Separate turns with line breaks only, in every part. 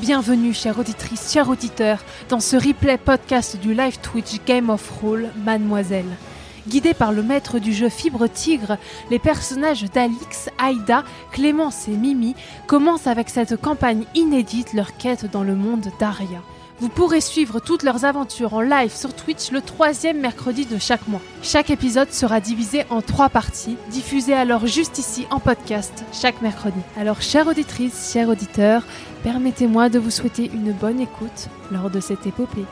Bienvenue, chère auditrice, chers auditeurs, dans ce replay podcast du live Twitch Game of Roll Mademoiselle. Guidés par le maître du jeu Fibre Tigre, les personnages d'Alix, Aïda, Clémence et Mimi commencent avec cette campagne inédite leur quête dans le monde d'Aria. Vous pourrez suivre toutes leurs aventures en live sur Twitch le troisième mercredi de chaque mois. Chaque épisode sera divisé en trois parties, diffusées alors juste ici en podcast chaque mercredi. Alors chère auditrice, chers auditeurs, permettez-moi de vous souhaiter une bonne écoute lors de cette épopée.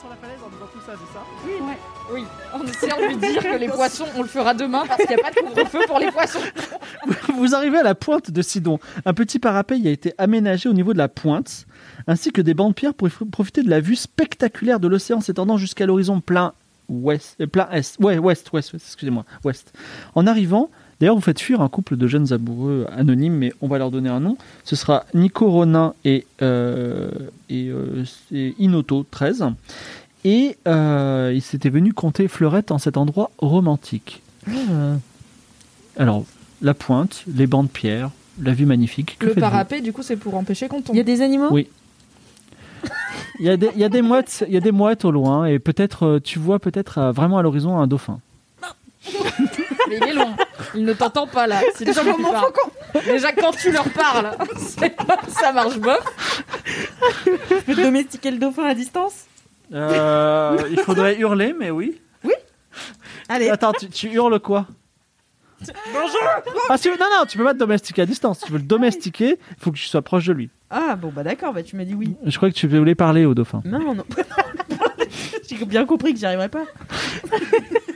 sur la falaise en disant tout ça, c'est ça
Oui, en essayant de lui dire que les poissons, on le fera demain parce qu'il n'y a pas de couvre-feu pour les poissons.
Vous arrivez à la pointe de Sidon. Un petit parapet y a été aménagé au niveau de la pointe, ainsi que des bancs de pierre pour eff- profiter de la vue spectaculaire de l'océan s'étendant jusqu'à l'horizon plein ouest, euh, plein est, ouais, ouest, ouest, ouest, excusez-moi, ouest. En arrivant, d'ailleurs, vous faites fuir un couple de jeunes amoureux anonymes, mais on va leur donner un nom. Ce sera Nico Ronin et, euh, et, euh, et Inoto 13. Et euh, ils s'étaient venus compter fleurette en cet endroit romantique. Euh, alors, la pointe, les bancs de pierre, la vue magnifique. Que
Le
faites-vous
parapet, du coup, c'est pour empêcher qu'on tombe.
Il y a des animaux
Oui. Il y a des, il y a des mouettes, il y a des mouettes au loin et peut-être euh, tu vois peut-être euh, vraiment à l'horizon un dauphin.
Mais il est loin. Il ne t'entend pas là. C'est déjà le moment Déjà, quand tu leur parles, c'est pas- ça marche bof.
Je peux domestiquer le dauphin à distance
Euh, il faudrait hurler, mais oui.
Allez,
Attends, tu, tu hurles quoi Bonjour Non, non, tu peux pas te domestiquer à distance. Tu veux le domestiquer, il faut que tu sois proche de lui.
ah bon bah d'accord, bah tu m'as dit oui.
Je crois que tu voulais parler au dauphin.
Non, non. J'ai bien compris que j'y arriverais pas.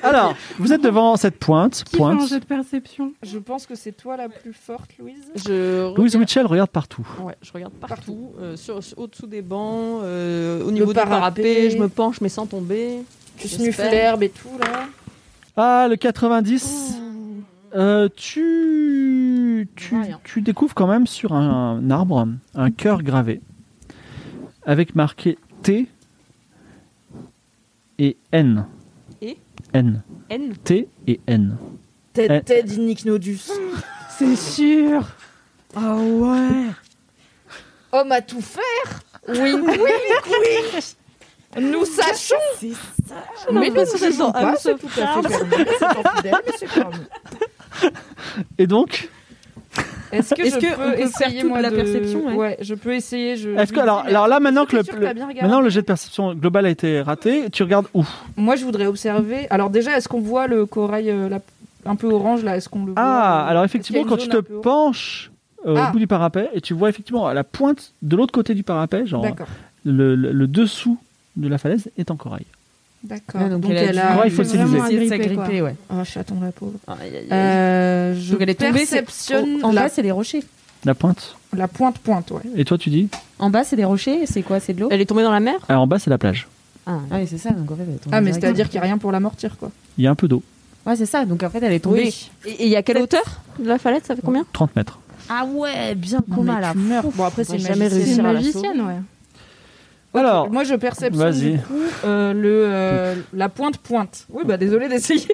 Alors, vous êtes devant cette pointe.
Qui fait un
pointe.
jeu de perception
Je pense que c'est toi la plus forte, Louise.
Je regarde,
Louise Mitchell regarde partout.
ouais, je regarde partout, euh, sur, sur- au-dessous des bancs, euh, au niveau du
parapet.
parapet. je me penche mais sans tomber.
Tu
J'espère.
snuffes l'herbe et tout là.
Ah, le 90 Euh, tu, tu,
Mmh. Rien.
tu découvres quand même sur un, un arbre un cœur gravé avec marqué T et N.
Et
N.
N.
T et N. Eh.
Ted, Ted Nodus.
C'est sûr
Ah ouais
Homme à tout faire. Oui, oui, oui. Nous sachons.
C'est
Mais nous sachons
Ah,
pas.
nous
C'est tout à fait permis. C'est confidentiel, mais c'est permis.
Et donc,
Est-ce que
Est-ce
je
que on
peux
peut faire
essayer
tout de
moi
la perception, ouais.
je peux essayer. Je...
est-ce
je
que
lui
alors,
dis, mais
alors là maintenant que le,
t'es sûr
le-
t'as bien regardé
maintenant le jet de perception globale a été raté, tu regardes où
Moi, je voudrais observer. Alors déjà, est-ce qu'on voit le corail euh, la- un peu orange là Est-ce qu'on le voit
Ah,
euh,
alors
est-ce qu'il y
effectivement
a une
quand tu te
zone un peu orange
penches euh,
Ah.
au bout du parapet et tu vois effectivement à la pointe de l'autre côté du parapet, genre
D'accord,
le, le- le dessous de la falaise est en corail.
d'accord.
Ah, donc
donc,
elle a
elle
dû-
a.
Ouais, il faut
Vraiment
civiliser.
agrippée,
Essayer de s'agripper, ouais.
Ah, chaton la pauvre.
Aïe, aïe, aïe.
Euh, je
Donc elle est tombée, c'est-
perceptionne
en
la,
bas, Ah, c'est des rochers.
La pointe.
la pointe pointe, ouais.
Et toi tu dis
En bas, c'est des rochers, c'est quoi C'est de l'eau
Elle est tombée dans la mer
Alors en bas c'est la plage.
Ah oui, c'est ça, donc en fait, elle est tombée
Ah, mais
directement.
c'est-à-dire qu'il n'y a rien pour l'amortir, quoi.
Il y a un peu d'eau.
Ouais, c'est ça, donc en fait, elle est tombée.
Et il y a quelle hauteur de la falaise Ça fait combien
30 mètres.
Ah ouais, bien
Non,
coma
mais
là.
tu meurs. Bon, après,
va
c'est
jamais
jamais
C'est une
réussir. Sur la
magicienne, ouais.
Alors,
Moi, je perceptionne
vas-y.
du coup euh, le, euh, la pointe pointe. Oui, bah désolé d'essayer.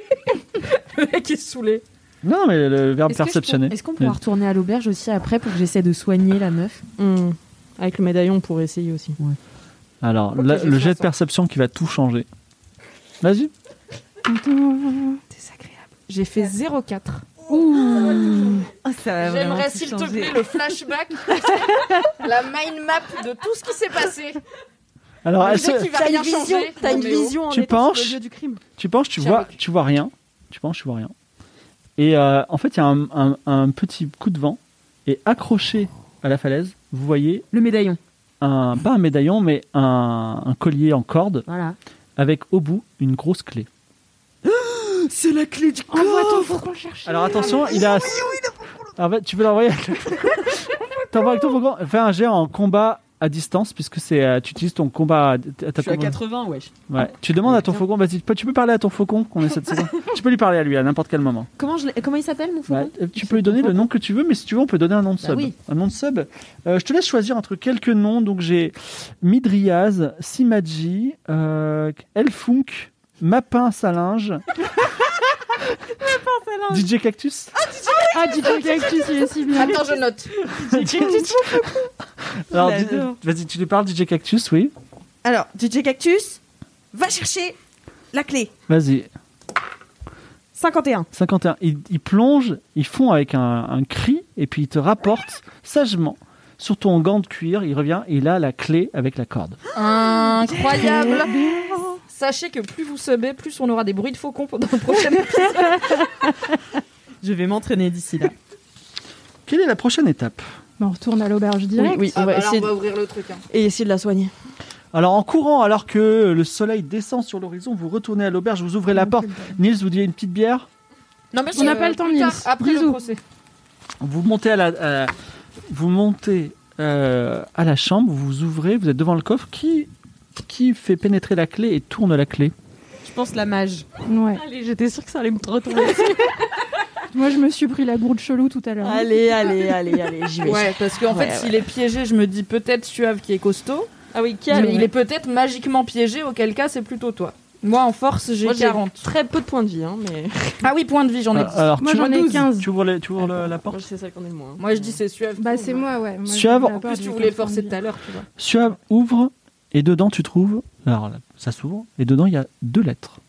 le mec est saoulé.
Non, mais le verbe
Est-ce que je
perceptionner.
peux- Est-ce qu'on pourra retourner à l'auberge aussi après pour que j'essaie de soigner la meuf
Hmm. Avec le médaillon, on pourrait essayer aussi.
Alors,
Ok,
la-
j'ai
le jet de
60.
perception qui va tout changer. Vas-y.
Désagréable. J'ai fait 0,4.
Ah, ça
Euh,
va vraiment
J'aimerais,
tout
s'il te
changer.
plaît, le flashback, la mind map de tout ce qui s'est passé.
Alors,
Ah,
Le
elle
jet
se-
qui va rien changer.
t'as une
Non, mais oh.
vision en
Tu
étant sur
penches
le lieu du crime.
tu penches, tu
J'ai
vois,
avec.
tu vois rien. Tu penches, tu vois rien. Et euh, en fait, il y a un, un- un petit coup de vent. Et accroché à la falaise, vous voyez
Le médaillon.
un, pas un médaillon, mais un, un collier en corde
Voilà.
avec au bout une grosse clé.
C'est la clé du
Envoie ton, faut qu'on le cherche.
Alors attention, il a. En fait, tu peux l'envoyer. avec le- T'envoies avec ton faucon. Fais un jet en combat à distance puisque c'est euh, tu utilises ton combat. à- ta- ta
Je suis à
combat-
80, wesh.
Ouais. Tu demandes à ton faucon. Vas-y, tu peux- tu peux parler à ton faucon qu'on essaie de savoir. tu peux lui parler à lui à n'importe quel moment.
Comment, je l'ai- comment il s'appelle mon
Ouais,
faucon
euh, tu peux lui donner le nom que tu veux, mais si tu veux, on peut donner un nom de
Bah
sub.
oui.
Un nom de sub. Euh, je te laisse choisir entre quelques noms. Donc j'ai Midriaz, Simadji, euh, Elfunk, Mapin Salinge. DJ Cactus.
Ah, dis donc, Cactus, il est si bien.
Attends, je note.
Alors,
l'adore.
dis- vas-y, tu lui parles DJ Cactus, oui.
Alors, DJ Cactus, va chercher la clé.
Vas-y.
51.
51. Il, il plonge, il fond avec un, un cri, et puis il te rapporte sagement sur ton gant de cuir. Il revient et il a la clé avec la corde.
Incroyable Sachez que plus vous subez, plus on aura des bruits de faucons pendant le prochain épisode.
Je vais m'entraîner d'ici là.
Quelle est la prochaine étape
Mais on retourne à l'auberge direct.
oui, Ah, bah, on va essayer de-
ouvrir le truc.
et essayer de la soigner.
Alors en courant, alors que le soleil descend sur l'horizon, vous retournez à l'auberge, vous ouvrez la porte. Niels, vous dit une petite bière.
Non, mais euh,
On n'a pas le temps,
plus tard,
Nils.
Après le
Bisous.
procès.
Vous montez à la, à- vous montez euh, à la chambre, vous ouvrez, vous êtes devant le coffre. Qui qui fait pénétrer la clé et tourne la clé
Je pense la mage.
Ouais.
Allez, j'étais sûre que ça allait me retomber.
Moi, je me suis pris la gourde chelou tout à l'heure.
Allez, allez, allez, allez, j'y vais.
Ouais, parce qu'en
Ouais,
fait, s'il est piégé, je me dis peut-être Suave qui est costaud.
Ah oui, qui
Mais il est peut-être magiquement piégé, auquel cas c'est plutôt toi. Moi en force, j'ai
Moi, j'ai
40.
très peu de points de vie, hein, mais
Ah oui, point de vie, j'en ai
Alors,
10.
Euh, alors,
Moi,
tu,
j'en ai 15.
tu ouvres, le- tu ouvres le- la porte.
moi, c'est celle qu'on est le moins. hein.
Moi je dis c'est Suave.
Bah,
qui
c'est
ouvre.
moi, ouais. Moi, je
Suave,
vais à la
En
part
plus,
du
tu voulais forcer
Cambodge.
tout à l'heure, tu vois.
Suave ouvre et dedans tu trouves. Alors là, ça s'ouvre et dedans il y a deux lettres.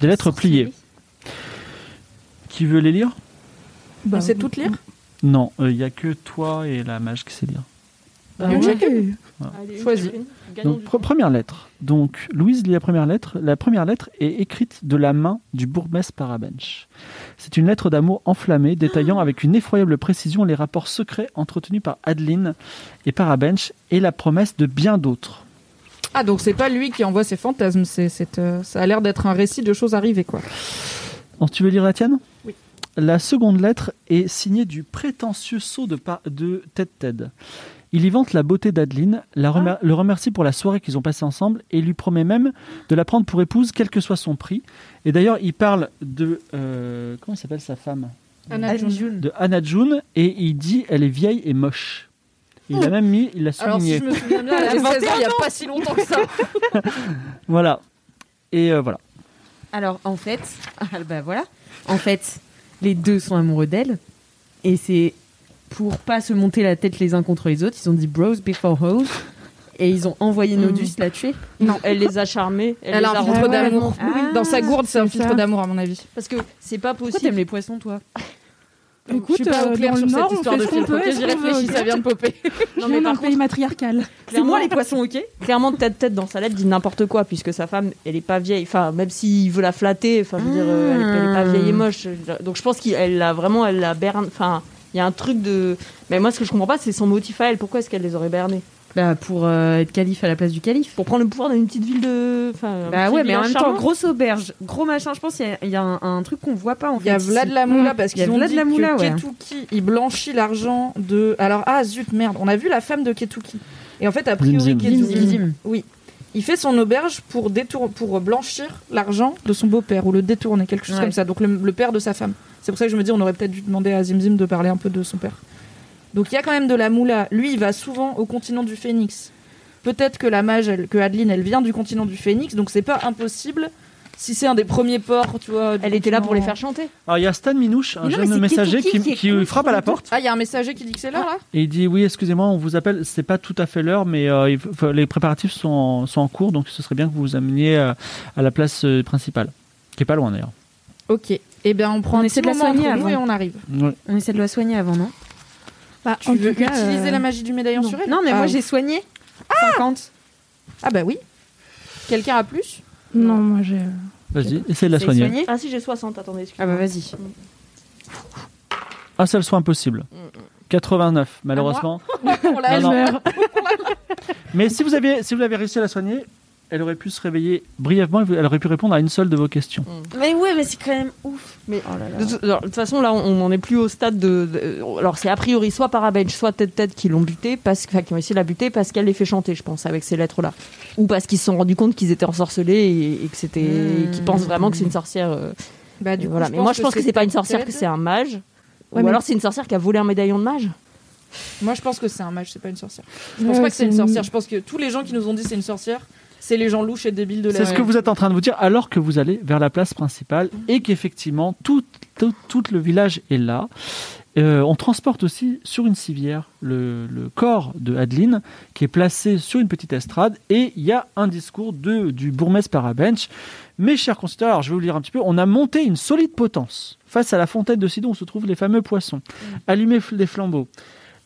Des lettres pliées. Qui veut les lire
Bah,
On sait
oui.
toutes lire
Non, euh, il y a que toi et la mage qui sait lire.
Ah ouais.
Bah, Allez,
Choisis.
une chacune. Gagnons
Donc,
du
pre-
temps.
première lettre. Donc, Louise lit la première lettre. La première lettre est écrite de la main du bourgmestre Parabench. C'est une lettre d'amour enflammée, détaillant avec une effroyable précision les rapports secrets entretenus par Adeline et Parabench et la promesse de bien d'autres.
Ah donc c'est pas lui qui envoie ses fantasmes, c'est, c'est, euh, ça a l'air d'être un récit de choses arrivées quoi.
Alors, tu veux lire la tienne
Oui.
La seconde lettre est signée du prétentieux sceau de, pa- de Ted Ted. Il y vante la beauté d'Adeline, la remer- le remercie pour la soirée qu'ils ont passée ensemble et lui promet même de la prendre pour épouse, quel que soit son prix. Et d'ailleurs, il parle de. euh, comment s'appelle sa femme
Anna June.
Hmm.
De Anna June, et il dit elle est vieille et moche. Il a même mis, il l'a
Alors si
souligné.
je me souviens bien, elle avait 16 ans il y a pas si longtemps que ça.
Voilà. Et euh, voilà.
Alors, en fait, ah, bah voilà. En fait, les deux sont amoureux d'elle. Et c'est pour pas se monter la tête les uns contre les autres. Ils ont dit bros before hoes. Et ils ont
Mm.
envoyé Nodus la tuer.
Non, elle les a charmés. Elle,
Elle
les
a
a
un
rentrés.
filtre
rentré dans-
d'amour.
Ah,
Oui, Dans sa gourde c'est un
c'est ça.
filtre d'amour à mon avis.
Parce que c'est pas possible.
t'aimes
les poissons, toi
Écoute,
je suis pas
euh,
au clair
dans
sur
le Nord,
cette
on
histoire
fait
de
ce qu'on
filtre.
peut,
Ok,
est-ce
j'y
qu'on veut
réfléchis, ça vient de popper.
Je viens dans le pays matriarcal.
C'est moi les poissons, ok
Clairement, tête tête dans sa lettre dit n'importe quoi, puisque sa femme, elle est pas vieille. Enfin, même s'il veut la flatter, enfin, je veux dire, euh, elle, est- elle est
Hmm.
pas vieille et moche. Donc, je pense qu'elle l'a vraiment, elle la berne. Enfin, il y a un truc de. Mais moi, ce que je comprends pas, c'est son motif à elle. Pourquoi est-ce qu'elle les aurait bernés
Bah pour euh, être calife à la place du calife.
Pour prendre le pouvoir d'une petite ville de. Enfin, un
Bah
petit
ouais, mais en
village
même temps,
charmant.
grosse auberge, gros machin, je pense qu'il y a- il y, a un, un truc qu'on voit pas en
Il y a
fait.
Vlad la Moula parce
Il y a
qu'ils ont
Vlad
dit
la Moula,
que
ouais.
Ketuki, il blanchit l'argent de. Alors ah zut merde, on a vu la femme de Ketuki. Et en fait a priori
Zimzim.
Ketuki,
Zimzim.
oui, il fait son auberge pour détour... pour blanchir l'argent de son beau-père ou le détourner quelque chose
Ouais.
comme ça. Donc le, le père de sa femme. C'est pour ça que je me dis on aurait peut-être dû demander à Zimzim de parler un peu de son père. Donc il y a quand même de la Moula. Lui il va souvent au continent du Phénix. Peut-être que la mage, elle- que Adeline, elle vient du continent du Phénix, donc c'est pas impossible. Si c'est un des premiers ports, tu vois. du
Elle était là Ah, pour les
Oh.
continent-
faire chanter.
Alors il y a Stan Minouche, un
Mais non, mais
jeune
c'est
messager
Ketuki
qui,
qui est
qui
contre
frappe à la porte.
Ah, il y a un messager qui dit que c'est l'heure, là
Et il dit oui, excusez-moi, on vous appelle. C'est pas tout à fait l'heure, mais euh, il faut- faut- les préparatifs sont en, sont en cours, donc ce serait bien que vous vous ameniez euh, à la place euh, principale, qui est pas loin d'ailleurs.
Ok. Eh bien, on prend
On
un
essaie
petit
de la
moment
soigner
entre nous
avant.
et on arrive.
On essaie de la soigner avant, non
Bah,
Tu veux utiliser la magie du médaillon
non.
sur elle
Non, mais
Ah,
moi
oui.
j'ai soigné 50.
Ah bah oui. Quelqu'un a plus
Non, moi, j'ai.
Vas-y, essaye de la
T'as
soigner.
soigné
Ah si, j'ai 60, attendez, excusez
Ah bah vas-y.
Un seul Ah, soin possible. 89, malheureusement.
On l'a-
Non, non.
meurt.
Mais si vous avez si vous avez réussi à la soigner, elle aurait pu se réveiller brièvement, elle aurait pu répondre à une seule de vos questions.
Mais ouais, mais c'est quand même ouf.
Mais de toute- alors, de toute façon, là, on n'en est plus au stade de. de- alors, c'est a priori soit Parabellum, soit Tête-Tête qui l'ont buté, parce, que- enfin, qui ont essayé de la buter parce qu'elle les fait chanter, je pense, avec ces lettres-là. Ou parce qu'ils se sont rendus compte qu'ils étaient ensorcelés et, et que c'était. et qu'ils pensent vraiment que c'est une sorcière. euh,
Bah,
et voilà. Mais moi, je pense que c'est pas une sorcière, que c'est un mage.
Ouais,
Ou
mais-
alors, c'est une sorcière qui a volé un médaillon de mage.
Moi, je pense que c'est un mage, c'est pas une sorcière. Je pense
Ouais,
pas que c'est
c'est
une
une-
sorcière. Je pense que tous les gens qui nous ont dit c'est une sorcière, c'est les gens louches et débiles de la.
C'est ce que vous êtes en train de vous dire alors que vous allez vers la place principale
Mm.
et qu'effectivement tout, tout, tout le village est là. Euh, on transporte aussi sur une civière le, le corps de Adeline qui est placé sur une petite estrade et il y a un discours de, du bourgmestre Parabench. Mes chers concitoyens, alors je vais vous lire un petit peu, on a monté une solide potence face à la fontaine de Sidon où se trouvent les fameux poissons. Allumez f- les flambeaux.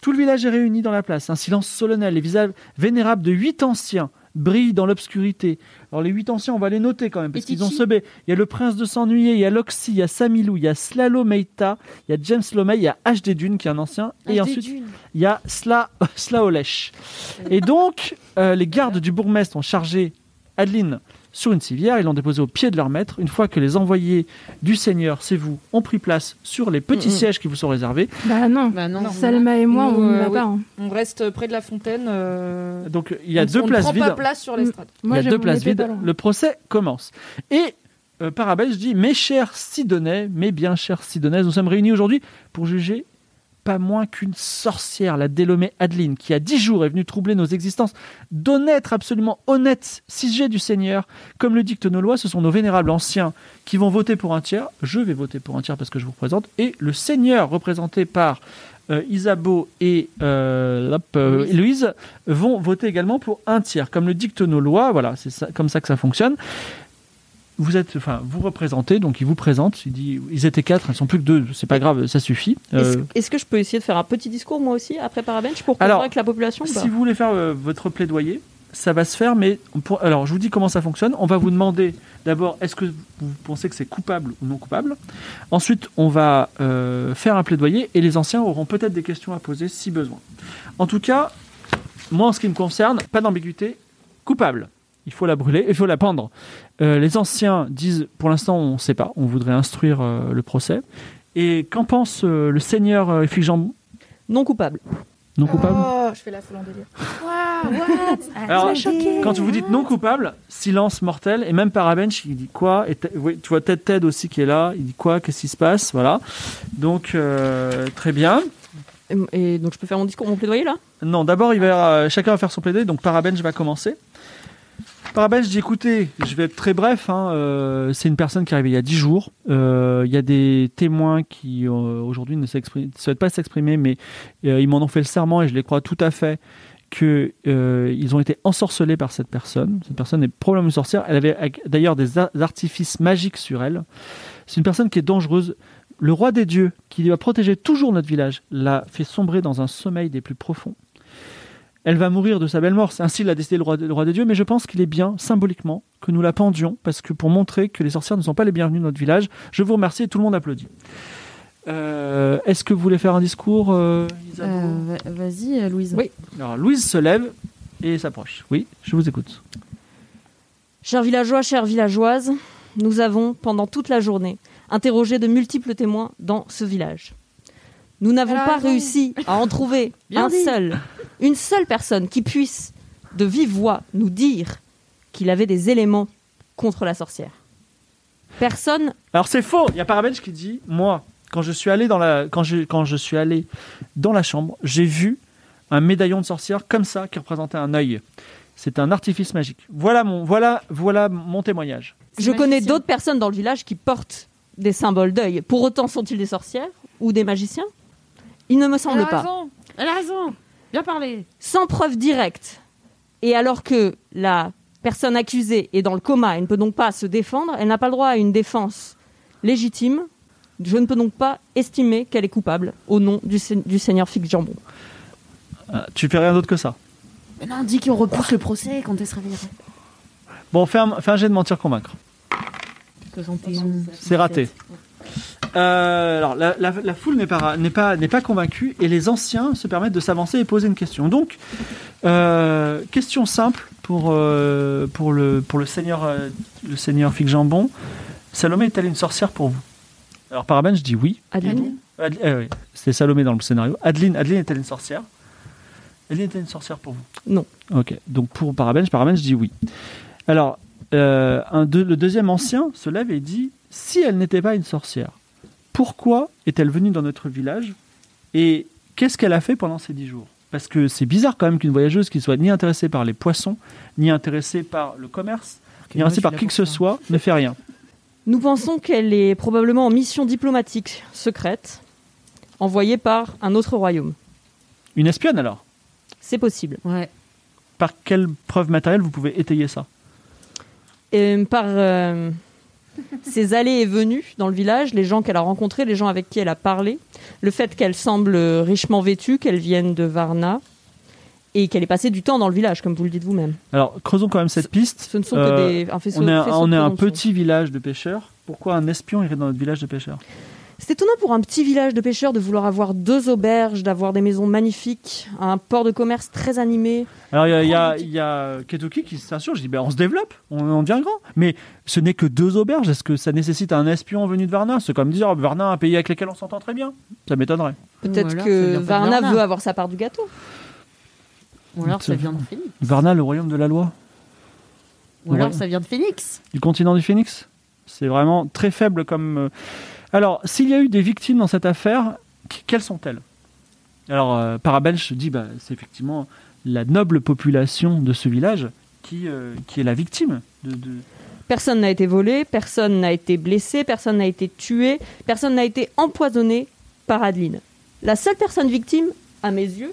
Tout le village est réuni dans la place. Un silence solennel. Les visages vénérables de huit anciens brillent dans l'obscurité. Alors les huit anciens, on va les noter quand même parce qu'ils ont sebé. Il y a le prince de s'ennuyer, il y a Loxy, il y a Samilou, il y a Slalo Meita, il y a James Lomé, il y a HD Dune qui est un ancien et
HD
ensuite
Dune.
il y a Sla Slaolèche. Et donc euh, les gardes du bourgmestre ont chargé Adeline sur une civière, ils l'ont déposée au pied de leur maître. Une fois que les envoyés du Seigneur, c'est vous, ont pris place sur les petits
Mhm.
sièges qui vous sont réservés,
Bah non.
Non,
Salma et moi,
Nous,
on
euh,
va
oui.
pas. hein.
On reste près de la fontaine. euh,
Donc il y a
on-
deux
on ne
places
prend
vides. Mm.
pas place sur l'estrade.
il
Moi,
y a
j'avoue,
deux
on
places
était
vides.
pas loin.
Le procès commence. Et euh, Parabellum dit Mes chers Sidonnais, mes bien chers Sidonnaises, nous sommes réunis aujourd'hui pour juger pas moins qu'une sorcière, la dénommée Adeline, qui à dix jours est venue troubler nos existences, d'honnêtes, absolument honnêtes, sujet du Seigneur. Comme le dictent nos lois, ce sont nos vénérables anciens qui vont voter pour un tiers. Je vais voter pour un tiers parce que je vous représente. Et le Seigneur, représenté par euh, Isabeau et euh, hop, euh, Louise, vont voter également pour un tiers. Comme le dictent nos lois, voilà, c'est ça- comme ça que ça fonctionne vous êtes, enfin, vous représentez, donc il vous présente. Il dit, ils étaient quatre, ils sont plus que deux. C'est pas grave, ça suffit.
Est-ce
Euh,
est-ce que je peux essayer de faire un petit discours, moi aussi, après Parabench, pour
Alors,
convaincre avec la population ou pas
si vous voulez faire euh, votre plaidoyer, ça va se faire, mais pour- alors je vous dis comment ça fonctionne. On va vous demander d'abord est-ce que vous pensez que c'est coupable ou non coupable. Ensuite, on va euh, faire un plaidoyer et les anciens auront peut-être des questions à poser si besoin. En tout cas, moi en ce qui me concerne, pas d'ambiguïté, coupable. Il faut la brûler, il faut la pendre. Euh, les anciens disent pour l'instant on ne sait pas, on voudrait instruire euh, le procès. Et qu'en pense euh, le seigneur euh, Fig Jambon
Non coupable.
Non coupable
Oh, je fais la foule en délire.
Ah,
Alors, quand vous dites non coupable, silence mortel, et même Parabench, il dit quoi et Ted- oui, Tu vois Ted Ted aussi qui est là, il dit quoi Qu'est-ce qui se passe Voilà. Donc, euh, très bien.
Et, et donc, je peux faire mon discours, mon plaidoyer, là
Non, d'abord, il va, euh, chacun va faire son plaidoyer, donc Parabench va commencer. Parabench dit écoutez, je vais être très bref, hein, euh, c'est une personne qui est arrivée il y a 10 jours. Euh, il y a des témoins qui euh, aujourd'hui ne s'expriment- ne souhaitent pas s'exprimer, mais euh, ils m'en ont fait le serment et je les crois tout à fait qu'ils euh, ont été ensorcelés par cette personne. Cette personne est probablement une sorcière. Elle avait ac- d'ailleurs des a- artifices magiques sur elle. C'est une personne qui est dangereuse. Le roi des dieux, qui doit protéger toujours notre village, l'a fait sombrer dans un sommeil des plus profonds elle va mourir de sa belle mort. C'est Ainsi l'a décidé le roi, le roi des dieux, mais je pense qu'il est bien, symboliquement, que nous la pendions, parce que pour montrer que les sorcières ne sont pas les bienvenues dans notre village, je vous remercie et tout le monde applaudit. Euh, Est-ce que vous voulez faire un discours euh, Isabeau
Euh, va- Vas-y, euh, Louise.
Oui.
Alors, Louise se lève et s'approche. Oui, je vous écoute.
Chers villageois, chères villageoises, nous avons, pendant toute la journée, interrogé de multiples témoins dans ce village. Nous n'avons
Elle a
pas
raison.
réussi à en trouver
Bien
un
dit.
seul, une seule personne qui puisse, de vive voix, nous dire qu'il avait des éléments contre la sorcière. Personne
Alors c'est faux. Il y a Parabench qui dit moi quand je suis allé dans la quand je quand je suis allé dans la chambre, j'ai vu un médaillon de sorcière comme ça qui représentait un œil. C'est un artifice magique. Voilà mon voilà voilà mon témoignage.
Je connais d'autres personnes dans le village qui portent des symboles d'œil. Pour autant, sont-ils des sorcières ou des magiciens Il ne me semble pas.
Elle a raison. Bien parlé.
Sans preuve directe, et alors que la personne accusée est dans le coma et ne peut donc pas se défendre, elle n'a pas le droit à une défense légitime. Je ne peux donc pas estimer qu'elle est coupable au nom du, se- du seigneur Fix Jambon.
Euh, tu fais rien d'autre que ça.
Mais non, dis qu'on repousse le procès quand elle se réveillera.
Bon, fais un, fais un jet de mentir convaincre.
71.
C'est raté. Euh, alors, la, la- la foule n'est pas, n'est, pas, n'est pas convaincue et les anciens se permettent de s'avancer et poser une question. Donc, euh, question simple pour, euh, pour, le, pour le seigneur, euh, le seigneur Fig Jambon, Salomé est-elle une sorcière pour vous Alors, Paraben, je dis oui.
Adeline
Adli- euh, oui, C'était Salomé dans le scénario. Adeline, Adeline est-elle une sorcière Adeline était une sorcière pour vous
Non.
Ok, donc pour Paraben, je- Paraben, je dis oui. Alors, euh, un deux- le deuxième ancien se lève et dit Si elle n'était pas une sorcière, pourquoi est-elle venue dans notre village et qu'est-ce qu'elle a fait pendant ces dix jours Parce que c'est bizarre quand même qu'une voyageuse qui soit ni intéressée par les poissons, ni intéressée par le commerce, ni intéressée par qui que ce soit, ne fait rien.
Nous pensons qu'elle est probablement en mission diplomatique secrète, envoyée par un autre royaume.
Une espionne alors
C'est possible.
Par quelle preuve matérielle vous pouvez étayer ça
Et par euh, ses allées et venues dans le village, les gens qu'elle a rencontrés, les gens avec qui elle a parlé, le fait qu'elle semble euh, richement vêtue, qu'elle vienne de Varna et qu'elle ait passé du temps dans le village, comme vous le dites vous-même.
Alors, creusons quand même cette piste.
ce ne sont que des- un faisceau-
Euh, on est, un-
faisceau
on
de
est un
présomption.
petit village de pêcheurs. Pourquoi un espion irait dans notre village de pêcheurs
C'est étonnant pour un petit village de pêcheurs de vouloir avoir deux auberges, d'avoir des maisons magnifiques, un port de commerce très animé.
Alors, il y a- il y
Oh,
a, il y a Ketuki qui s'insurge. Je dis ben, on se développe, on, on devient grand. Mais ce n'est que deux auberges. Est-ce que ça nécessite un espion venu de Varna C'est comme dire oh, Varna, un pays avec lequel on s'entend très bien. Ça m'étonnerait.
Peut-être
Ou alors, ça
que
vient pas de
Varna
Varna.
veut avoir sa part du gâteau.
Ou alors ça
Ça-
vient de Phoenix.
Varna, le royaume de la loi
Ou alors
Ouais.
ça vient de Phoenix.
du continent du Phénix. C'est vraiment très faible comme. euh. Alors, s'il y a eu des victimes dans cette affaire, qu- quelles sont-elles Alors, euh, Parabelche dit bah, c'est effectivement la noble population de ce village qui, euh, qui est la victime. De, de-
Personne n'a été volé, personne n'a été blessé, personne n'a été tué, personne n'a été empoisonné par Adeline. La seule personne victime, à mes yeux,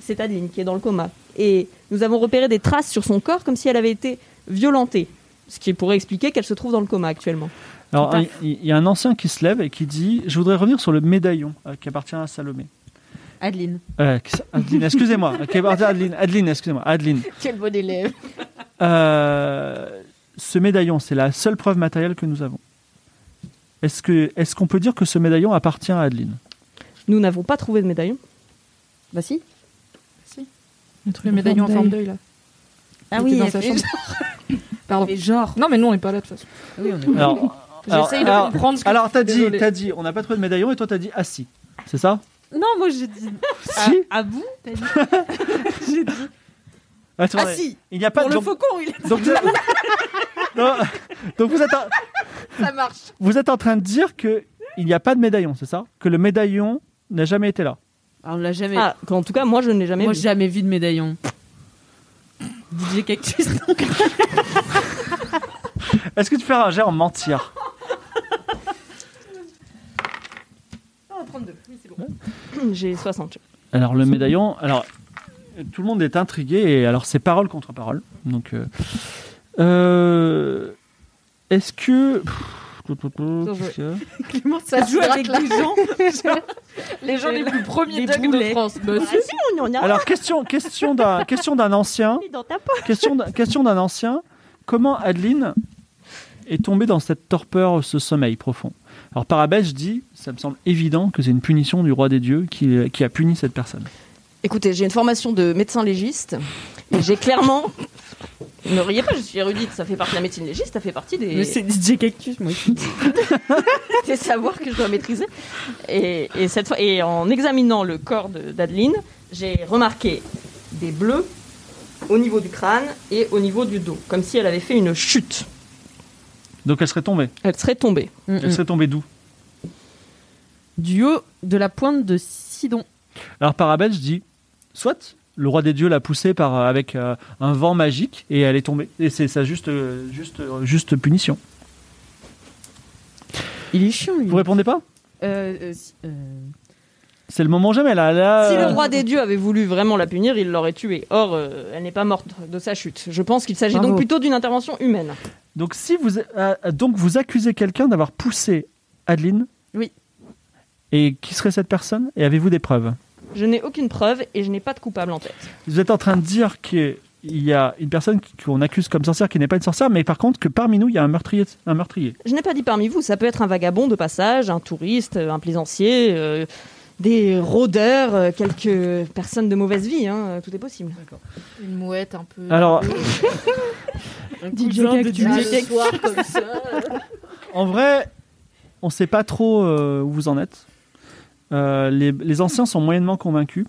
c'est Adeline qui est dans le coma. Et nous avons repéré des traces sur son corps comme si elle avait été violentée, ce qui pourrait expliquer qu'elle se trouve dans le coma actuellement.
Alors,
Tout à
un- il y a un ancien qui se lève et qui dit Je voudrais revenir sur le médaillon euh, qui appartient à Salomé.
Adeline.
Euh, qui- Adeline, excusez-moi. qui appartient à Adeline, Adeline excusez-moi. Adeline.
Quel bon élève.
Euh, ce médaillon, c'est la seule preuve matérielle que nous avons. Est-ce que est-ce qu'on peut dire que ce médaillon appartient à Adeline
Nous n'avons pas trouvé de médaillon.
Bah si.
Le médaillon en forme d'œil, là.
Ah
Il
oui,
était dans
elle
sa
fait-
chambre. Pardon. genre. Non, mais nous, on n'est pas là, de toute façon.
Alors,
J'essaye de
alors-
comprendre ce que
alors, t'as dit,
Désolée.
t'as dit, on n'a pas trouvé de médaillon et toi t'as dit ah si, c'est ça
Non, moi Ah, j'ai dit.
Si.
À, à vous J'ai dit.
Attendez,
Ah si
Il n'y a pas
Pour
de
le
donc,
faucon, il a
donc vous êtes, Non, donc vous êtes en,
Ça marche.
vous êtes en train de dire que il n'y a pas de médaillon, c'est ça Que le médaillon n'a jamais été là.
Ah, on l'a jamais.
Ah, en tout cas, moi, je ne l'ai jamais
moi,
vu.
j'ai jamais vu de médaillon. DJ Cactus, non.
Est-ce que tu fais un jet en mentir
J'ai 60.
Alors le médaillon, alors tout le monde est intrigué et alors c'est parole contre parole. Donc euh, euh, est-ce que
Clément, ça joue
craque,
avec
là.
des gens.
Les gens les plus
Les
premiers dingues de
boulets.
France. Bah, si.
on en a
alors question question d'un question d'un ancien
dans ta poche.
question d'un- question d'un ancien comment Adeline est tombée dans cette torpeur ce sommeil profond. Alors Parabèche dit ça me semble évident que c'est une punition du roi des dieux qui, qui a puni cette personne.
Écoutez, j'ai une formation de médecin légiste et j'ai clairement. Ne riez pas, je suis érudite, ça fait partie de la médecine légiste, ça fait partie
Mais
des,
c'est DJ Cactus, moi.
des savoirs que je dois maîtriser. Et, et cette fois, et en examinant le corps de- d'Adeline, j'ai remarqué des bleus au niveau du crâne et au niveau du dos, comme si elle avait fait une chute.
Donc elle serait tombée.
Elle serait tombée.
Elle serait tombée d'où
Du haut de la pointe de Sidon.
Alors Parabel, je dis, soit le roi des dieux l'a poussée par, euh, avec euh, un vent magique et elle est tombée. Et c'est sa juste, euh, juste, euh, juste punition.
Il est chiant, lui.
Vous répondez pas
Euh, euh, si- euh,
C'est le moment jamais là. là
Si le
euh,
roi des dieux avait voulu vraiment la punir, il l'aurait tuée. Or, euh, elle n'est pas morte de sa chute. Je pense qu'il s'agit
Bravo.
donc plutôt d'une intervention humaine.
Donc si vous, euh, donc vous accusez quelqu'un d'avoir poussé Adeline.
Oui.
Et qui serait cette personne Et avez-vous des preuves
Je n'ai aucune preuve et je n'ai pas de coupable en tête.
Vous êtes en train de dire qu'il y a une personne qui- qu'on accuse comme sorcière qui n'est pas une sorcière, mais par contre que parmi nous il y a un meurtrier. Un meurtrier.
Je n'ai pas dit parmi vous, ça peut être un vagabond de passage, un touriste, euh, un plaisancier, euh, des rôdeurs, euh, quelques personnes de mauvaise vie, hein, euh, tout est possible.
Une mouette un peu.
Alors-
DJ
Cactus.
Cactus.
Le soir, comme ça.
En vrai, on sait pas trop euh, où vous en êtes. Euh, les, les anciens sont moyennement convaincus.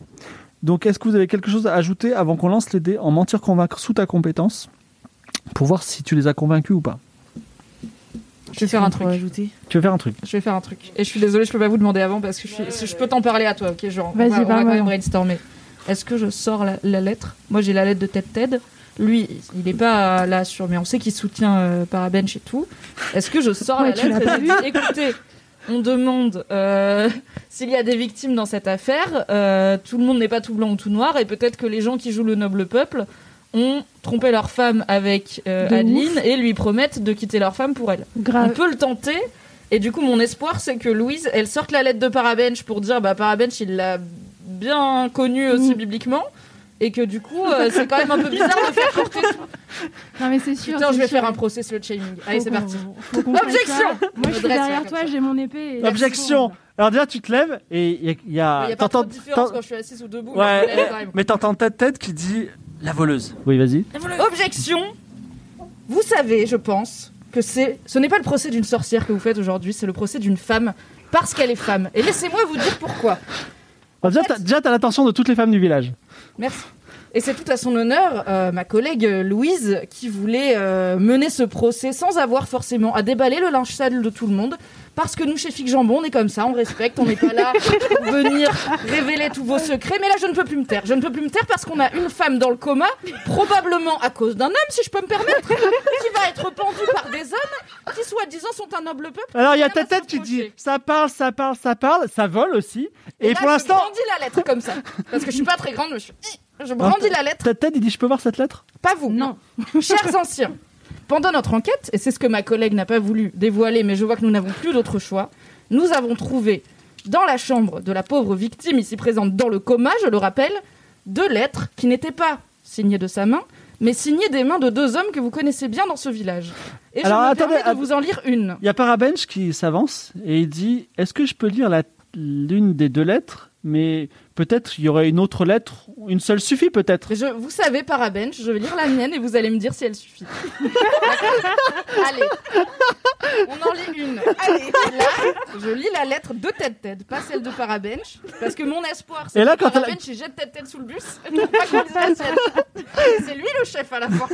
Donc, est-ce que vous avez quelque chose à ajouter avant qu'on lance les dés en mentir convaincre sous ta compétence pour voir si tu les as convaincus ou pas
Je vais faire un truc.
Tu veux faire un truc
Je vais faire un truc. Et je suis désolée, je peux pas vous demander avant parce que je, suis- je peux t'en parler à toi, ok Genre, on
Vas-y,
va, on va
parle-moi.
quand même brainstormer. Est-ce que je sors la, la lettre Moi, j'ai la lettre de Ted Ted. Lui, il est pas euh, là sur, mais on sait qu'il soutient euh, Parabench et tout. Est-ce que je sors
Ouais,
la
tu
lettre
l'as
et je dis, Écoutez, on demande euh, s'il y a des victimes dans cette affaire. Euh, tout le monde n'est pas tout blanc ou tout noir, et peut-être que les gens qui jouent le noble peuple ont trompé leur femme avec euh,
De ouf.
Adeline et lui promettent de quitter leur femme pour elle. On
Grave.
peut le tenter. Et du coup, mon espoir, c'est que Louise, elle sorte la lettre de Parabench pour dire, bah, Parabench, il l'a bien connu aussi bibliquement. Et que du coup, euh, c'est quand même un peu bizarre de faire porter.
Non, mais c'est sûr.
Putain,
c'est
je vais
sûr.
faire un procès slut shaming. Allez,
Faut
c'est
qu'on-
parti.
faut qu'on fasse
Objection
ça. Moi, je
Je
suis
dresse
derrière
ça
toi, j'ai mon épée. et-
Objection Alors, déjà, tu te lèves et il y a- il y a.
Il n'y a pas trop
Ah. t'entends-
de différence
t'en-
quand je suis assise ou debout.
Ouais,
mais je me lève quand même.
mais t'entends ta tête qui dit la voleuse. Oui, vas-y.
Objection Vous savez, je pense, que c'est, ce n'est pas le procès d'une sorcière que vous faites aujourd'hui, c'est le procès d'une femme parce qu'elle est femme. Et laissez-moi vous dire pourquoi.
Bah, déjà, t'as- déjà, t'as l'attention de toutes les femmes du village.
Merci. Et c'est tout à son honneur, euh, ma collègue euh, Louise, qui voulait euh, mener ce procès sans avoir forcément à déballer le linge sale de tout le monde. Parce que nous, chez Fic Jambon, on est comme ça, on respecte, on n'est pas là pour venir révéler tous vos secrets. Mais là, je ne peux plus me taire. Je ne peux plus me taire parce qu'on a une femme dans le coma, probablement à cause d'un homme, si je peux me permettre, qui va être pendue par des hommes qui, soi-disant, sont un noble peuple.
Alors, il y a ta
Rien à
tête qui dit
s'approcher.
ça parle, ça parle, ça parle, ça vole aussi. Et,
là,
pour l'instant,
Je brandis la lettre comme ça. Parce que je suis pas très grande, mais je suis- Je brandis la lettre.
ta tête, il dit je peux voir cette lettre
Pas vous. Non. Chers anciens, pendant notre enquête, et c'est ce que ma collègue n'a pas voulu dévoiler, mais je vois que nous n'avons plus d'autre choix, nous avons trouvé dans la chambre de la pauvre victime ici présente dans le coma, je le rappelle, deux lettres qui n'étaient pas signées de sa main, mais signées des mains de deux hommes que vous connaissez bien dans ce village. Et
Alors,
je me
attendez,
permets
att-
de vous en lire une.
Il y a Parabench qui s'avance et il dit Est-ce que je peux lire la- l'une des deux lettres Mais peut-être il y aurait une autre lettre, une seule suffit peut-être.
Mais je, vous savez, Parabench, je vais lire la mienne et vous allez me dire si elle suffit. D'accord allez, on en lit une. Allez, là, je lis la lettre de Ted Ted, pas celle de Parabench, parce que mon espoir, c'est
Et là,
que
quand elle a-
Parabench, il jette Ted Ted sous le bus. pour pas qu'on dise la sienne. C'est lui le chef à la fin.